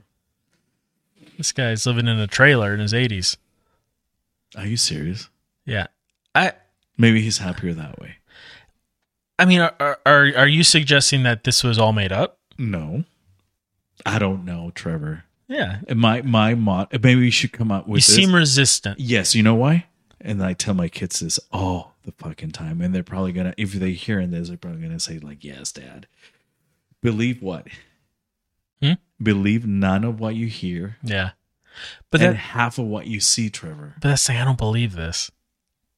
B: This guy's living in a trailer in his 80s.
C: Are you serious?
B: Yeah. I
C: Maybe he's happier that way.
B: I mean are are are you suggesting that this was all made up?
C: No, I don't know, Trevor.
B: Yeah.
C: And My my mod. Maybe we should come up
B: You
C: with. this.
B: seem resistant.
C: yes, you know why? And I tell my kids this all the fucking time, and they're probably gonna if they're hearing this, they're probably gonna say like, "Yes, Dad." Believe what?
B: Hmm?
C: Believe none of what you hear,
B: Yeah.
C: but
B: But
C: and
B: that,
C: half of what you see, Trevor.
B: but that's the thing, I don't believe this.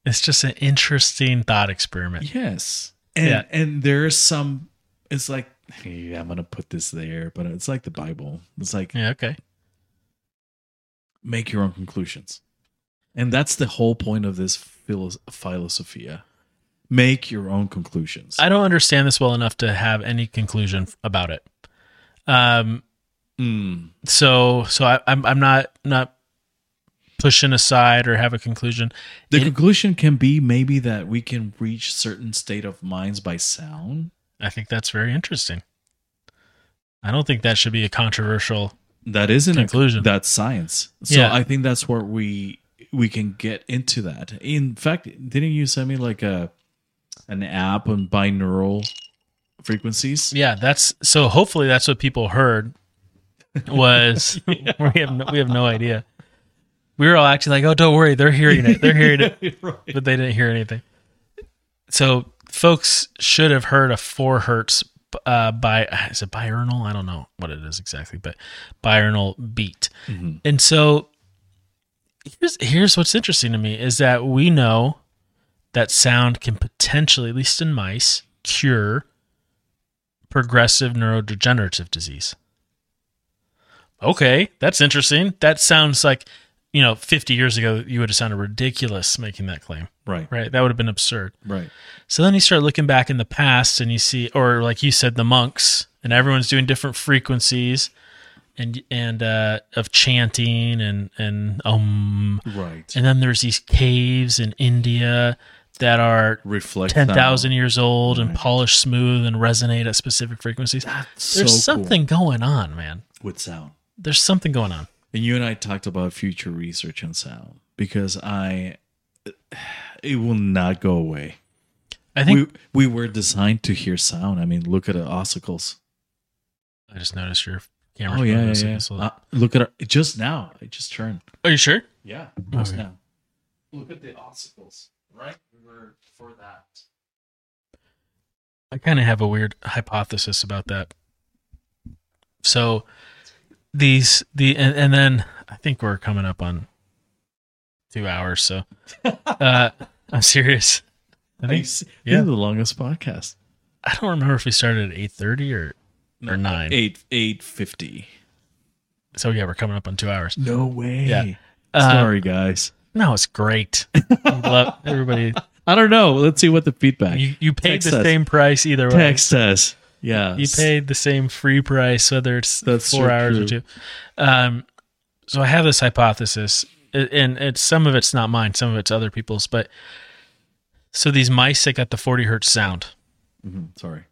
B: It's just an interesting thought experiment.
C: Yes, and
B: Yeah.
C: and there's some. It's like hey, I'm gonna put this there, but it's like the Bible. It's like
B: Yeah, okay.
C: make your own conclusions. And that's the whole point of this philo- philosophia. Make your own conclusions.
B: I don't understand this well enough to have any conclusion f- about it. Um,
C: Mm.
B: so so I, I'm I'm not not pushing aside or have a conclusion.
C: The
B: It-
C: conclusion can be maybe that we can reach certain state of minds by sound.
B: I think that's very interesting. I don't think that should be a controversial.
C: That isn't a-
B: Conclusion.
C: that's science. So
B: Yeah.
C: I think that's where we we can get into that. In fact, didn't you send me like a an app on binaural frequencies?
B: Yeah, that's so. Hopefully, that's what people heard. Was *laughs* we have no, we have no idea. We were all acting like, oh, don't worry, they're hearing it, they're hearing it,
C: right.
B: but they didn't hear anything. So folks should have heard a four hertz uh, by is it biernal? I don't know what it is exactly, but biernal beat. And so here's here's what's interesting to me is that we know that sound can potentially, at least in mice, cure progressive neurodegenerative disease. Okay, that's interesting. That sounds like you know, 50 years ago, you would have sounded ridiculous making that claim
C: Right.
B: right? That would have been absurd.
C: Right.
B: So then you start looking back in the past and you see, or like you said, the monks and everyone's doing different frequencies and, and, uh, of chanting and, and, um,
C: Right.
B: and then there's these caves in India that are
C: Reflect
B: 10,000 years old and
C: Right.
B: polished smooth and resonate at specific frequencies.
C: That's
B: There's
C: so cool.
B: something going on, man.
C: with sound.
B: There's something going on.
C: And you and I talked about future research on sound because I, it will not go away.
B: I think
C: we we were designed to hear sound. I mean, look at the ossicles.
B: I just noticed your camera.
C: Oh yeah, yeah, yeah. Uh, look at our, just now. It just turned.
B: Are you sure?
C: Yeah, just
B: Okay.
C: now. Look at the ossicles. Right, we were for that.
B: I kind of have a weird hypothesis about that. So these the and, and then I think we're coming up on two hours.
C: *laughs*
B: So uh, I'm serious. I think yeah.
C: yeah, the longest podcast.
B: I don't remember if we started at eight thirty or or nine.
C: Eight eight fifty.
B: So yeah, we're coming up on two hours.
C: No way.
B: Yeah. Uh,
C: Sorry, guys.
B: No, it's
C: *laughs*
B: great. I love everybody.
C: I don't know. Let's see what the feedback.
B: You you paid
C: Text
B: the
C: us.
B: same price either way.
C: text us. Yeah,
B: You paid the same free price, whether it's
C: That's
B: four
C: so
B: hours or
C: true.
B: two. Um, so I have this hypothesis, a- and it's some of it's not mine, some of it's other people's. But so these mice that got the forty hertz sound,
C: Mhm, Sorry.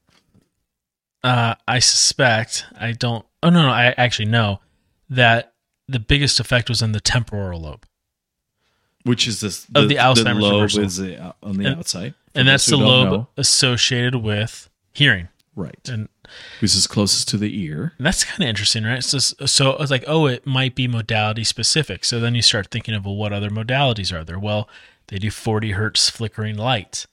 B: uh, I suspect I don't. Oh no, no, I actually know that the biggest effect was in the temporal lobe.
C: which is this
B: Of the Alzheimer's
C: lobe
B: reversal.
C: is uh, on the
B: And-
C: outside, For
B: And that's
C: those who
B: the
C: don't
B: lobe
C: know.
B: associated with hearing.
C: right?
B: And
C: Which is closest to the ear.
B: And that's kind of interesting, right? So, so I was like, oh, it might be modality specific. So then you start thinking of, well, what other modalities are there? Well, they do 40 hertz flickering light.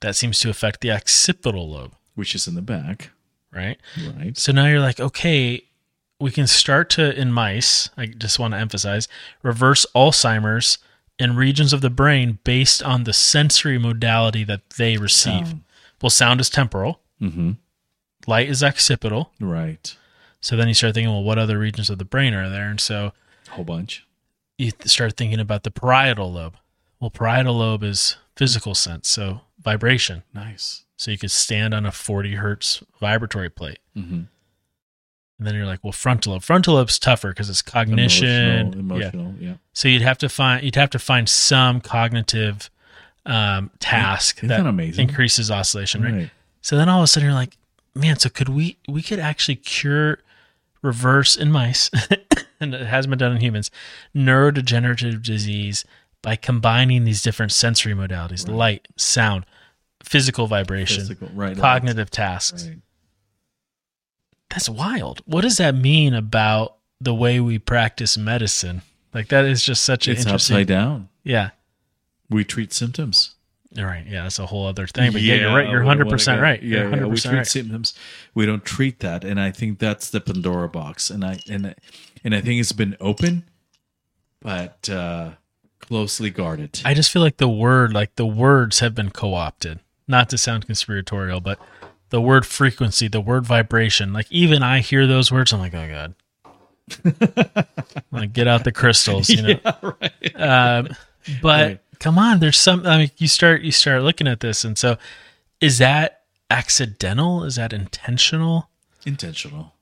B: That seems to affect the occipital lobe,
C: which is in the back,
B: right?
C: right?
B: So now you're like, okay, we can start to, in mice, I just want to emphasize, reverse Alzheimer's in regions of the brain based on the sensory modality that they receive.
C: Oh.
B: Well, sound is temporal,
C: Mm-hmm.
B: light is occipital.
C: Right.
B: So then you start thinking, well, what other regions of the brain are there? And so
C: Whole bunch.
B: you th- start thinking about the parietal lobe. Well, parietal lobe is physical sense, so vibration.
C: Nice.
B: So you could stand on a 40 hertz vibratory plate.
C: Mm-hmm.
B: And then you're like, well, frontal lobe. Frontal lobe's tougher because it's cognition.
C: Emotional.
B: Yeah.
C: emotional yeah.
B: So you'd have to find you'd have to find some cognitive um, task
C: Isn't
B: that,
C: that amazing?
B: increases oscillation, right?
C: Right.
B: So then all of a sudden you're like, man, so could we we could actually cure reverse in mice *laughs* and it hasn't been done in humans neurodegenerative disease by combining these different sensory modalities light sound physical vibration
C: Physical, right.
B: cognitive tasks
C: Right.
B: that's wild what does that mean about the way we practice medicine like that is just such an
C: It's
B: interesting
C: upside down.
B: yeah
C: We treat symptoms.
B: all right yeah that's a whole other thing but yeah, you're right you're 100% right
C: Yeah,
B: you're
C: yeah, we
B: 100%
C: treat
B: right
C: symptoms. We don't treat that, and I think that's the Pandora box. And I and I- and I think it's been open, but uh closely guarded.
B: I just feel like the word, like the words have been co opted. Not to sound conspiratorial, but the word frequency, the word vibration, like even I hear those words, I'm like, oh God. like, get out the crystals,
C: *laughs*
B: you know?
C: right.
B: Um, but
C: Right.
B: come on, there's some, I mean, you start, you start looking at this. And so is that accidental? Is that intentional?
C: Intentional.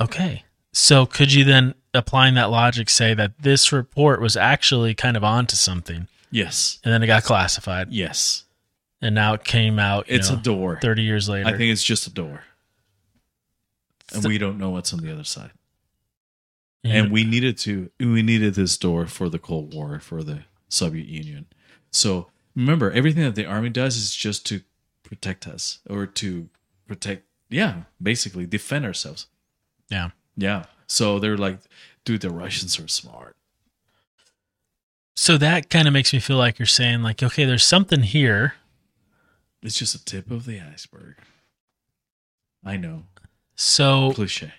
B: Okay. So could you then, applying that logic, say that this report was actually kind of onto something
C: Yes.
B: and then it got classified?
C: Yes.
B: and now it came out. you
C: It's
B: know,
C: a door.
B: 30 years later.
C: I think it's just a door. And
B: So-
C: we don't know what's on the other side.
B: You
C: And
B: know,
C: we needed to we needed this door for the Cold War, for the Soviet Union. So remember, everything that the army does is just to protect us or to protect yeah, basically defend ourselves.
B: yeah.
C: Yeah. So they're like, dude, the Russians are smart.
B: So that kind of makes me feel like you're saying like, okay, there's something here.
C: It's just a tip of the iceberg. I know.
B: So
C: Cliche.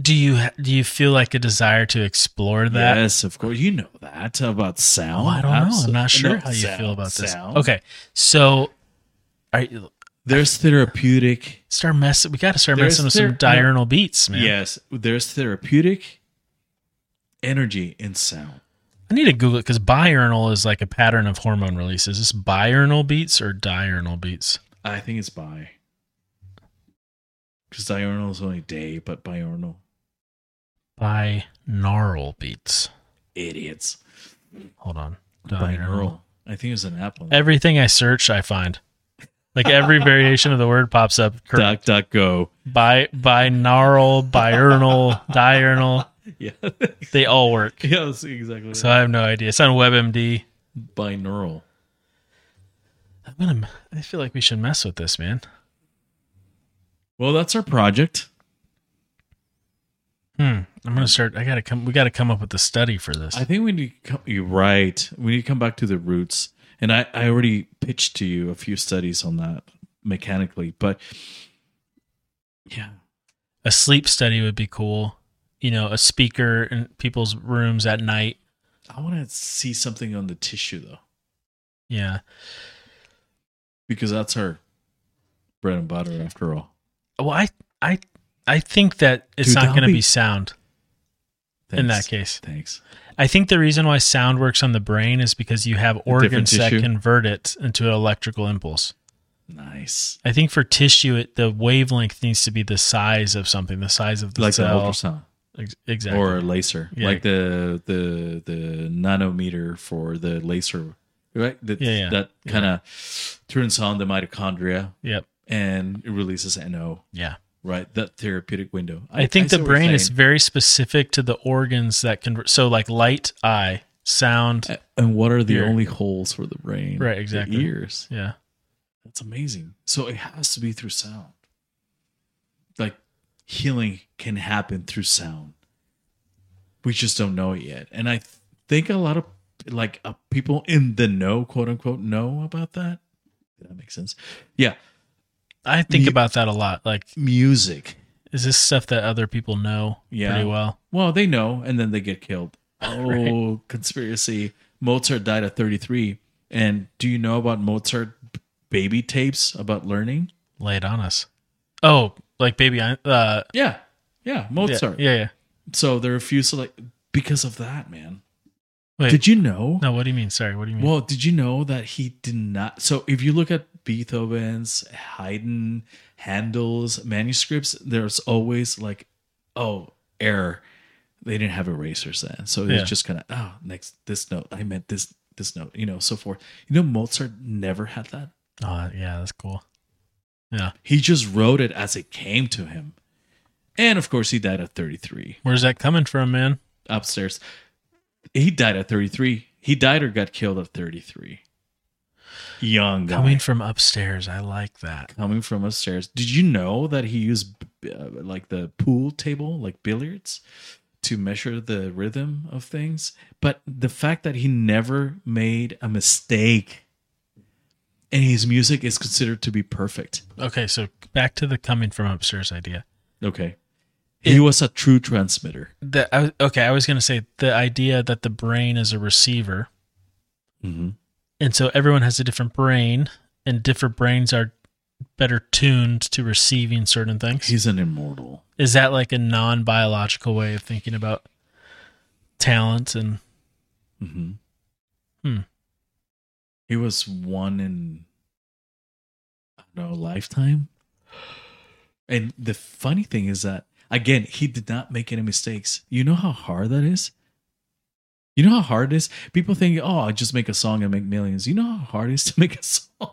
B: do you ha- do you feel like a desire to explore that?
C: yes, of course. You know that about sound.
B: Oh, I don't know.
C: Abso-
B: I'm not sure
C: No,
B: how you
C: sound-
B: feel about this.
C: sound.
B: Okay, so all right,
C: There's therapeutic
B: start messing. We got to start
C: There's
B: messing with
C: there-
B: some diurnal beats, man.
C: Yes, there's therapeutic energy in sound.
B: I need to Google it because biurnal is like a pattern of hormone release. Is this biurnal beats or diurnal beats?
C: I think it's bi. Because diurnal is only day, but biurnal.
B: Binaural beats.
C: Idiots.
B: Hold on.
C: Binaural. I think it's an apple.
B: everything I search, I find. Like
C: *laughs*
B: every variation of the word pops up. Cor-
C: Duck, duck, go.
B: Bi- binaural, biurnal, diurnal.
C: Yeah.
B: They all work.
C: *laughs* yeah, that's exactly
B: So I have no idea. It's on WebMD.
C: Binaural.
B: I'm gonna. I feel like we should mess with this, man.
C: Well, that's our project.
B: Hmm. I'm gonna start. I gotta come. We gotta come up with a study for this.
C: I think we need to come, you're right. We need to come back to the roots. And I, I already pitched to you a few studies on that mechanically, but yeah.
B: a sleep study would be cool. You know, a speaker in people's rooms at night.
C: I want to see something on the tissue though,
B: Yeah.
C: because that's our bread and butter after all.
B: Well, I, I, I think that it's
C: Dude, that
B: not
C: would
B: gonna
C: be-
B: be sound in that case.
C: thanks.
B: I think the reason why sound works on the brain is because you have organs that
C: tissue.
B: convert it into an electrical impulse.
C: Nice,
B: I think for tissue, it, the wavelength needs to be the size of something, the size of the
C: like
B: cell.
C: the ultrasound
B: Ex- exactly.
C: or a laser,
B: Yeah.
C: like the the the nanometer for the laser, right? That
B: Yeah, yeah.
C: that kind of turns on the mitochondria
B: yep.
C: and it releases NO.
B: Yeah.
C: right? That therapeutic window.
B: I think
C: see
B: the
C: what you're
B: brain is
C: saying.
B: very specific to the organs that convert. So like light, eye, sound.
C: And what are the
B: Here.
C: only holes for the brain?
B: Right,
C: The
B: exactly.
C: ears.
B: yeah.
C: That's amazing. So it has to be through sound. Like healing can happen through sound. We just don't know it yet. And I th- think a lot of like uh, people in the know, quote unquote, know about that. Did that make sense? Yeah.
B: I think
C: You-
B: about that a lot. Like,
C: Music.
B: is this stuff that other people know
C: Yeah.
B: pretty well?
C: Well, they know, and then they get killed. Oh, conspiracy. Mozart died at 33. And do you know about Mozart b- baby tapes about learning?
B: Lay it on us. Oh, like baby, I- uh,
C: Yeah. Yeah.
B: yeah,
C: Mozart.
B: yeah, yeah.
C: So they refuse to like because of that, man.
B: Wait,
C: Did you know?
B: no, what do you mean? Sorry, what do you mean?
C: Well, did you know that he did not? So if you look at Beethoven's, Haydn, Handel's manuscripts, there's always like, oh, error. They didn't have erasers then, so it
B: Yeah.
C: was just kind of oh, next this note. I meant this this note, you know, so forth. You know, Mozart never had that.
B: oh, yeah, that's cool. Yeah.
C: He just wrote it as it came to him, and of course, he died at 33.
B: Where's that coming from, man?
C: upstairs. He died at 33. He died or got killed at 33. Young guy.
B: Coming from upstairs. I like that.
C: coming from upstairs. Did you know that he used uh, like the pool table, like billiards, to measure the rhythm of things? But the fact that he never made a mistake and his music is considered to be perfect.
B: Okay, so back to the coming from upstairs idea.
C: Okay. He was a true transmitter.
B: That I, was- okay, I was gonna say the idea that the brain is a receiver,
C: Mm-hmm.
B: and so everyone has a different brain, and different brains are better tuned to receiving certain things.
C: He's an immortal.
B: Is that like a non biological way of thinking about talent? And
C: Mm-hmm.
B: Hmm.
C: He was one in I don't know, a lifetime. And the funny thing is that again, he did not make any mistakes. You know how hard that is? You know how hard it is? People think, oh, I just make a song and make millions. You know how hard it is to *laughs* make a song?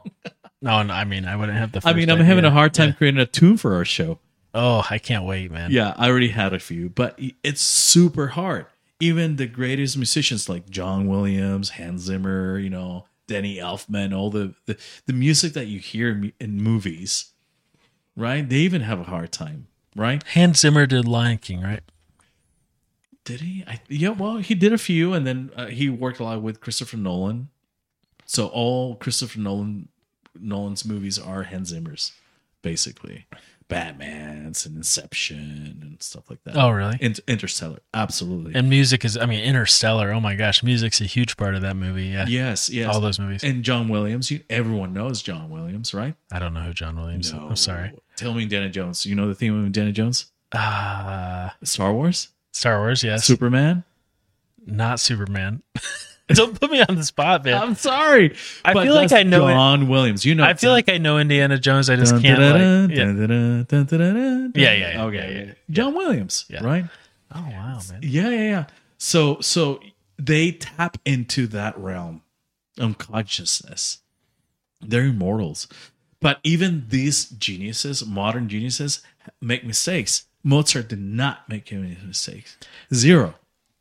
B: no, no, I mean, I wouldn't have the.
C: I mean,
B: first
C: I'm having
B: idea.
C: a hard time
B: Yeah.
C: creating a tune for our show.
B: Oh, I can't wait, man.
C: Yeah, I already had a few, but it's super hard. Even the greatest musicians like John Williams, Hans Zimmer, you know, Denny Elfman, all the the, the music that you hear in, mu- in movies, right? They even have a hard time, right?
B: Hans Zimmer did Lion King, right?
C: Did he? I, yeah, well, he did a few, and then uh, he worked a lot with Christopher Nolan. So all Christopher Nolan Nolan's movies are Hans Zimmer's, basically. Batman's and Inception and stuff like that.
B: Oh, really?
C: In- Interstellar, absolutely.
B: and music is, I mean, Interstellar. Oh my gosh, music's a huge part of that movie. Yeah,
C: yes, yes.
B: all those movies.
C: and John Williams, you, everyone knows John Williams, right?
B: I don't know who John Williams. is. I'm sorry.
C: Tell me, Indiana Jones. You know the theme of Indiana Jones?
B: Uh,
C: Star Wars,
B: Star Wars, yes.
C: Superman.
B: Not Superman. *laughs* don't put me on the spot, man.
C: I'm sorry.
B: I
C: but
B: feel like
C: that's
B: I know it.
C: John Williams. You know,
B: I feel like I know Indiana Jones. I just
C: Dun,
B: can't.
C: da-da-da,
B: like, yeah.
C: dun-da-da, dun-da-da,
B: Yeah, yeah, yeah,
C: Okay,
B: yeah, yeah.
C: John Williams,
B: Yeah.
C: right?
B: Oh wow, man.
C: Yeah, yeah, yeah. So, so they tap into that realm of consciousness. They're immortals, but even these geniuses, modern geniuses, make mistakes. Mozart did not make any mistakes. Zero.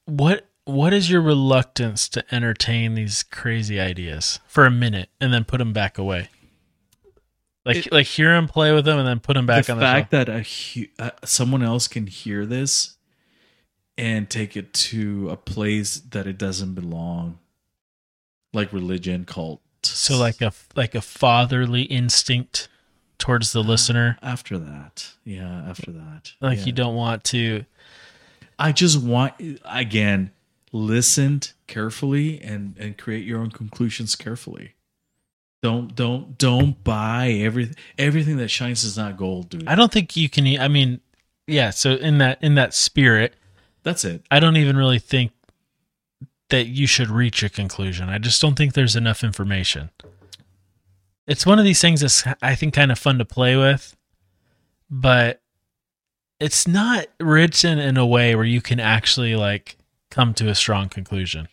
B: What What is your reluctance to entertain these crazy ideas for a minute and then put them back away? Like like hear him play with them and then put them back
C: the
B: on the
C: fact that a hu- uh, someone else can hear this and take it to a place that it doesn't belong, like religion, cult.
B: shelf. So like a like a fatherly instinct towards the listener.
C: after that, yeah, after that,
B: Like
C: yeah.
B: you don't want to.
C: I just want again listened carefully and and create your own conclusions carefully. Don't don't don't buy everything. Everything that shines is not gold, dude.
B: I don't think you can. e- I mean, yeah. So in that in that spirit,
C: That's it.
B: I don't even really think that you should reach a conclusion. I just don't think there's enough information. It's one of these things that's I think kind of fun to play with, but it's not written in a way where you can actually like come to a strong conclusion.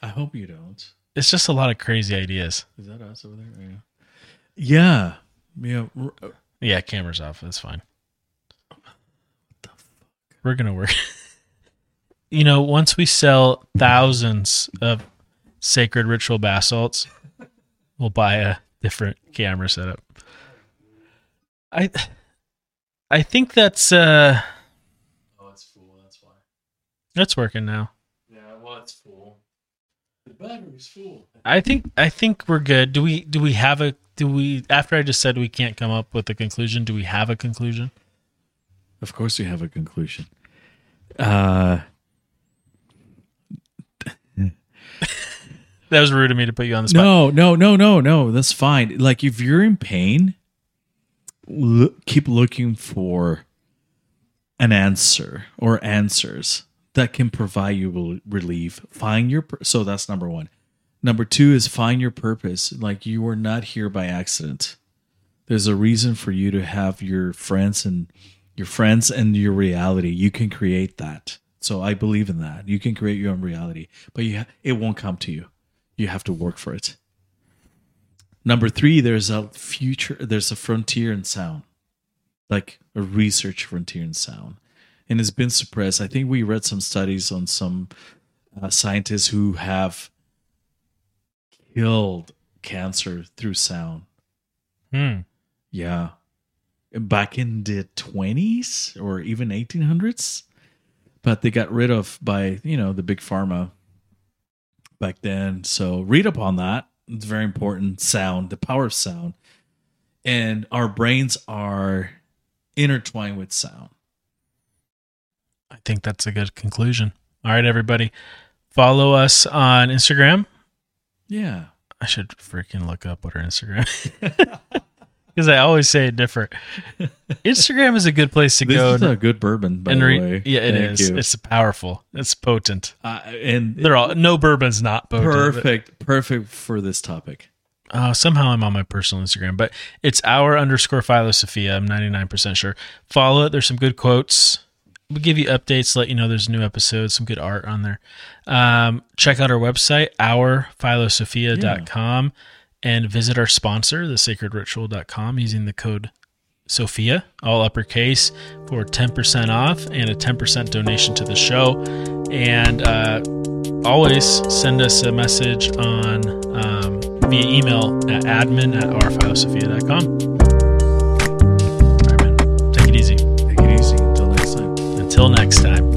C: I hope you don't.
B: It's just a lot of crazy ideas.
C: Is that us over there? Yeah, yeah. yeah. r- uh,
B: Yeah, cameras off. That's fine. We're gonna work. *laughs* you know, once we sell thousands of sacred ritual basalts, we'll buy a different camera setup. I I think that's uh
C: Oh, it's full. That's why.
B: that's working now.
C: Yeah, well, it's full. The battery's full.
B: I think I think we're good. Do we do we have a do we after I just said we can't come up with a conclusion, do we have a conclusion?
C: Of course, we have a conclusion. Uh,
B: That was rude of me to put you on the spot.
C: no, no, no, no, no. That's fine. Like, if you're in pain, lo- keep looking for an answer or answers that can provide you rel- relief. Find your pur- so that's number one. Number two is find your purpose. Like, you are not here by accident. There's a reason for you to have your friends and your friends and your reality. You can create that. So I believe in that. You can create your own reality, but you ha- it won't come to you. You have to work for it. Number three, there's a future. There's a frontier in sound, like a research frontier in sound, and it's been suppressed. I think we read some studies on some uh, scientists who have killed cancer through sound.
B: Hmm.
C: Yeah. Back in the 20s or even 1800s. But they got rid of by, you know, the big pharma back then. So read up on that. It's very important. Sound, the power of sound. And our brains are intertwined with sound.
B: I think that's a good conclusion. All right, everybody. Follow us on Instagram.
C: Yeah.
B: I should freaking look up what our Instagram *laughs* because I always say it different. Instagram is a good place to
C: This
B: go
C: is a good bourbon, by
B: and
C: the way.
B: read. Yeah, it
C: Thank
B: is.
C: you.
B: It's powerful. It's potent.
C: Uh, and
B: They're all no bourbon's not potent. but-
C: perfect, perfect for this topic.
B: Uh, somehow I'm on my personal Instagram, but it's our underscore Philo Sophia. I'm 99% sure. Follow it. There's some good quotes. We give you updates, let you know there's new episodes, some good art on there. Um, check out our website, ourphilosophia.com, and visit our sponsor, thesacredritual.com, using the code Sophia, all uppercase, for 10% off and a 10% donation to the show. And uh, always send us a message on um, via email at admin at rphilosophia.com. All right, man. Take it easy.
C: Take it easy until next time.
B: Until next time.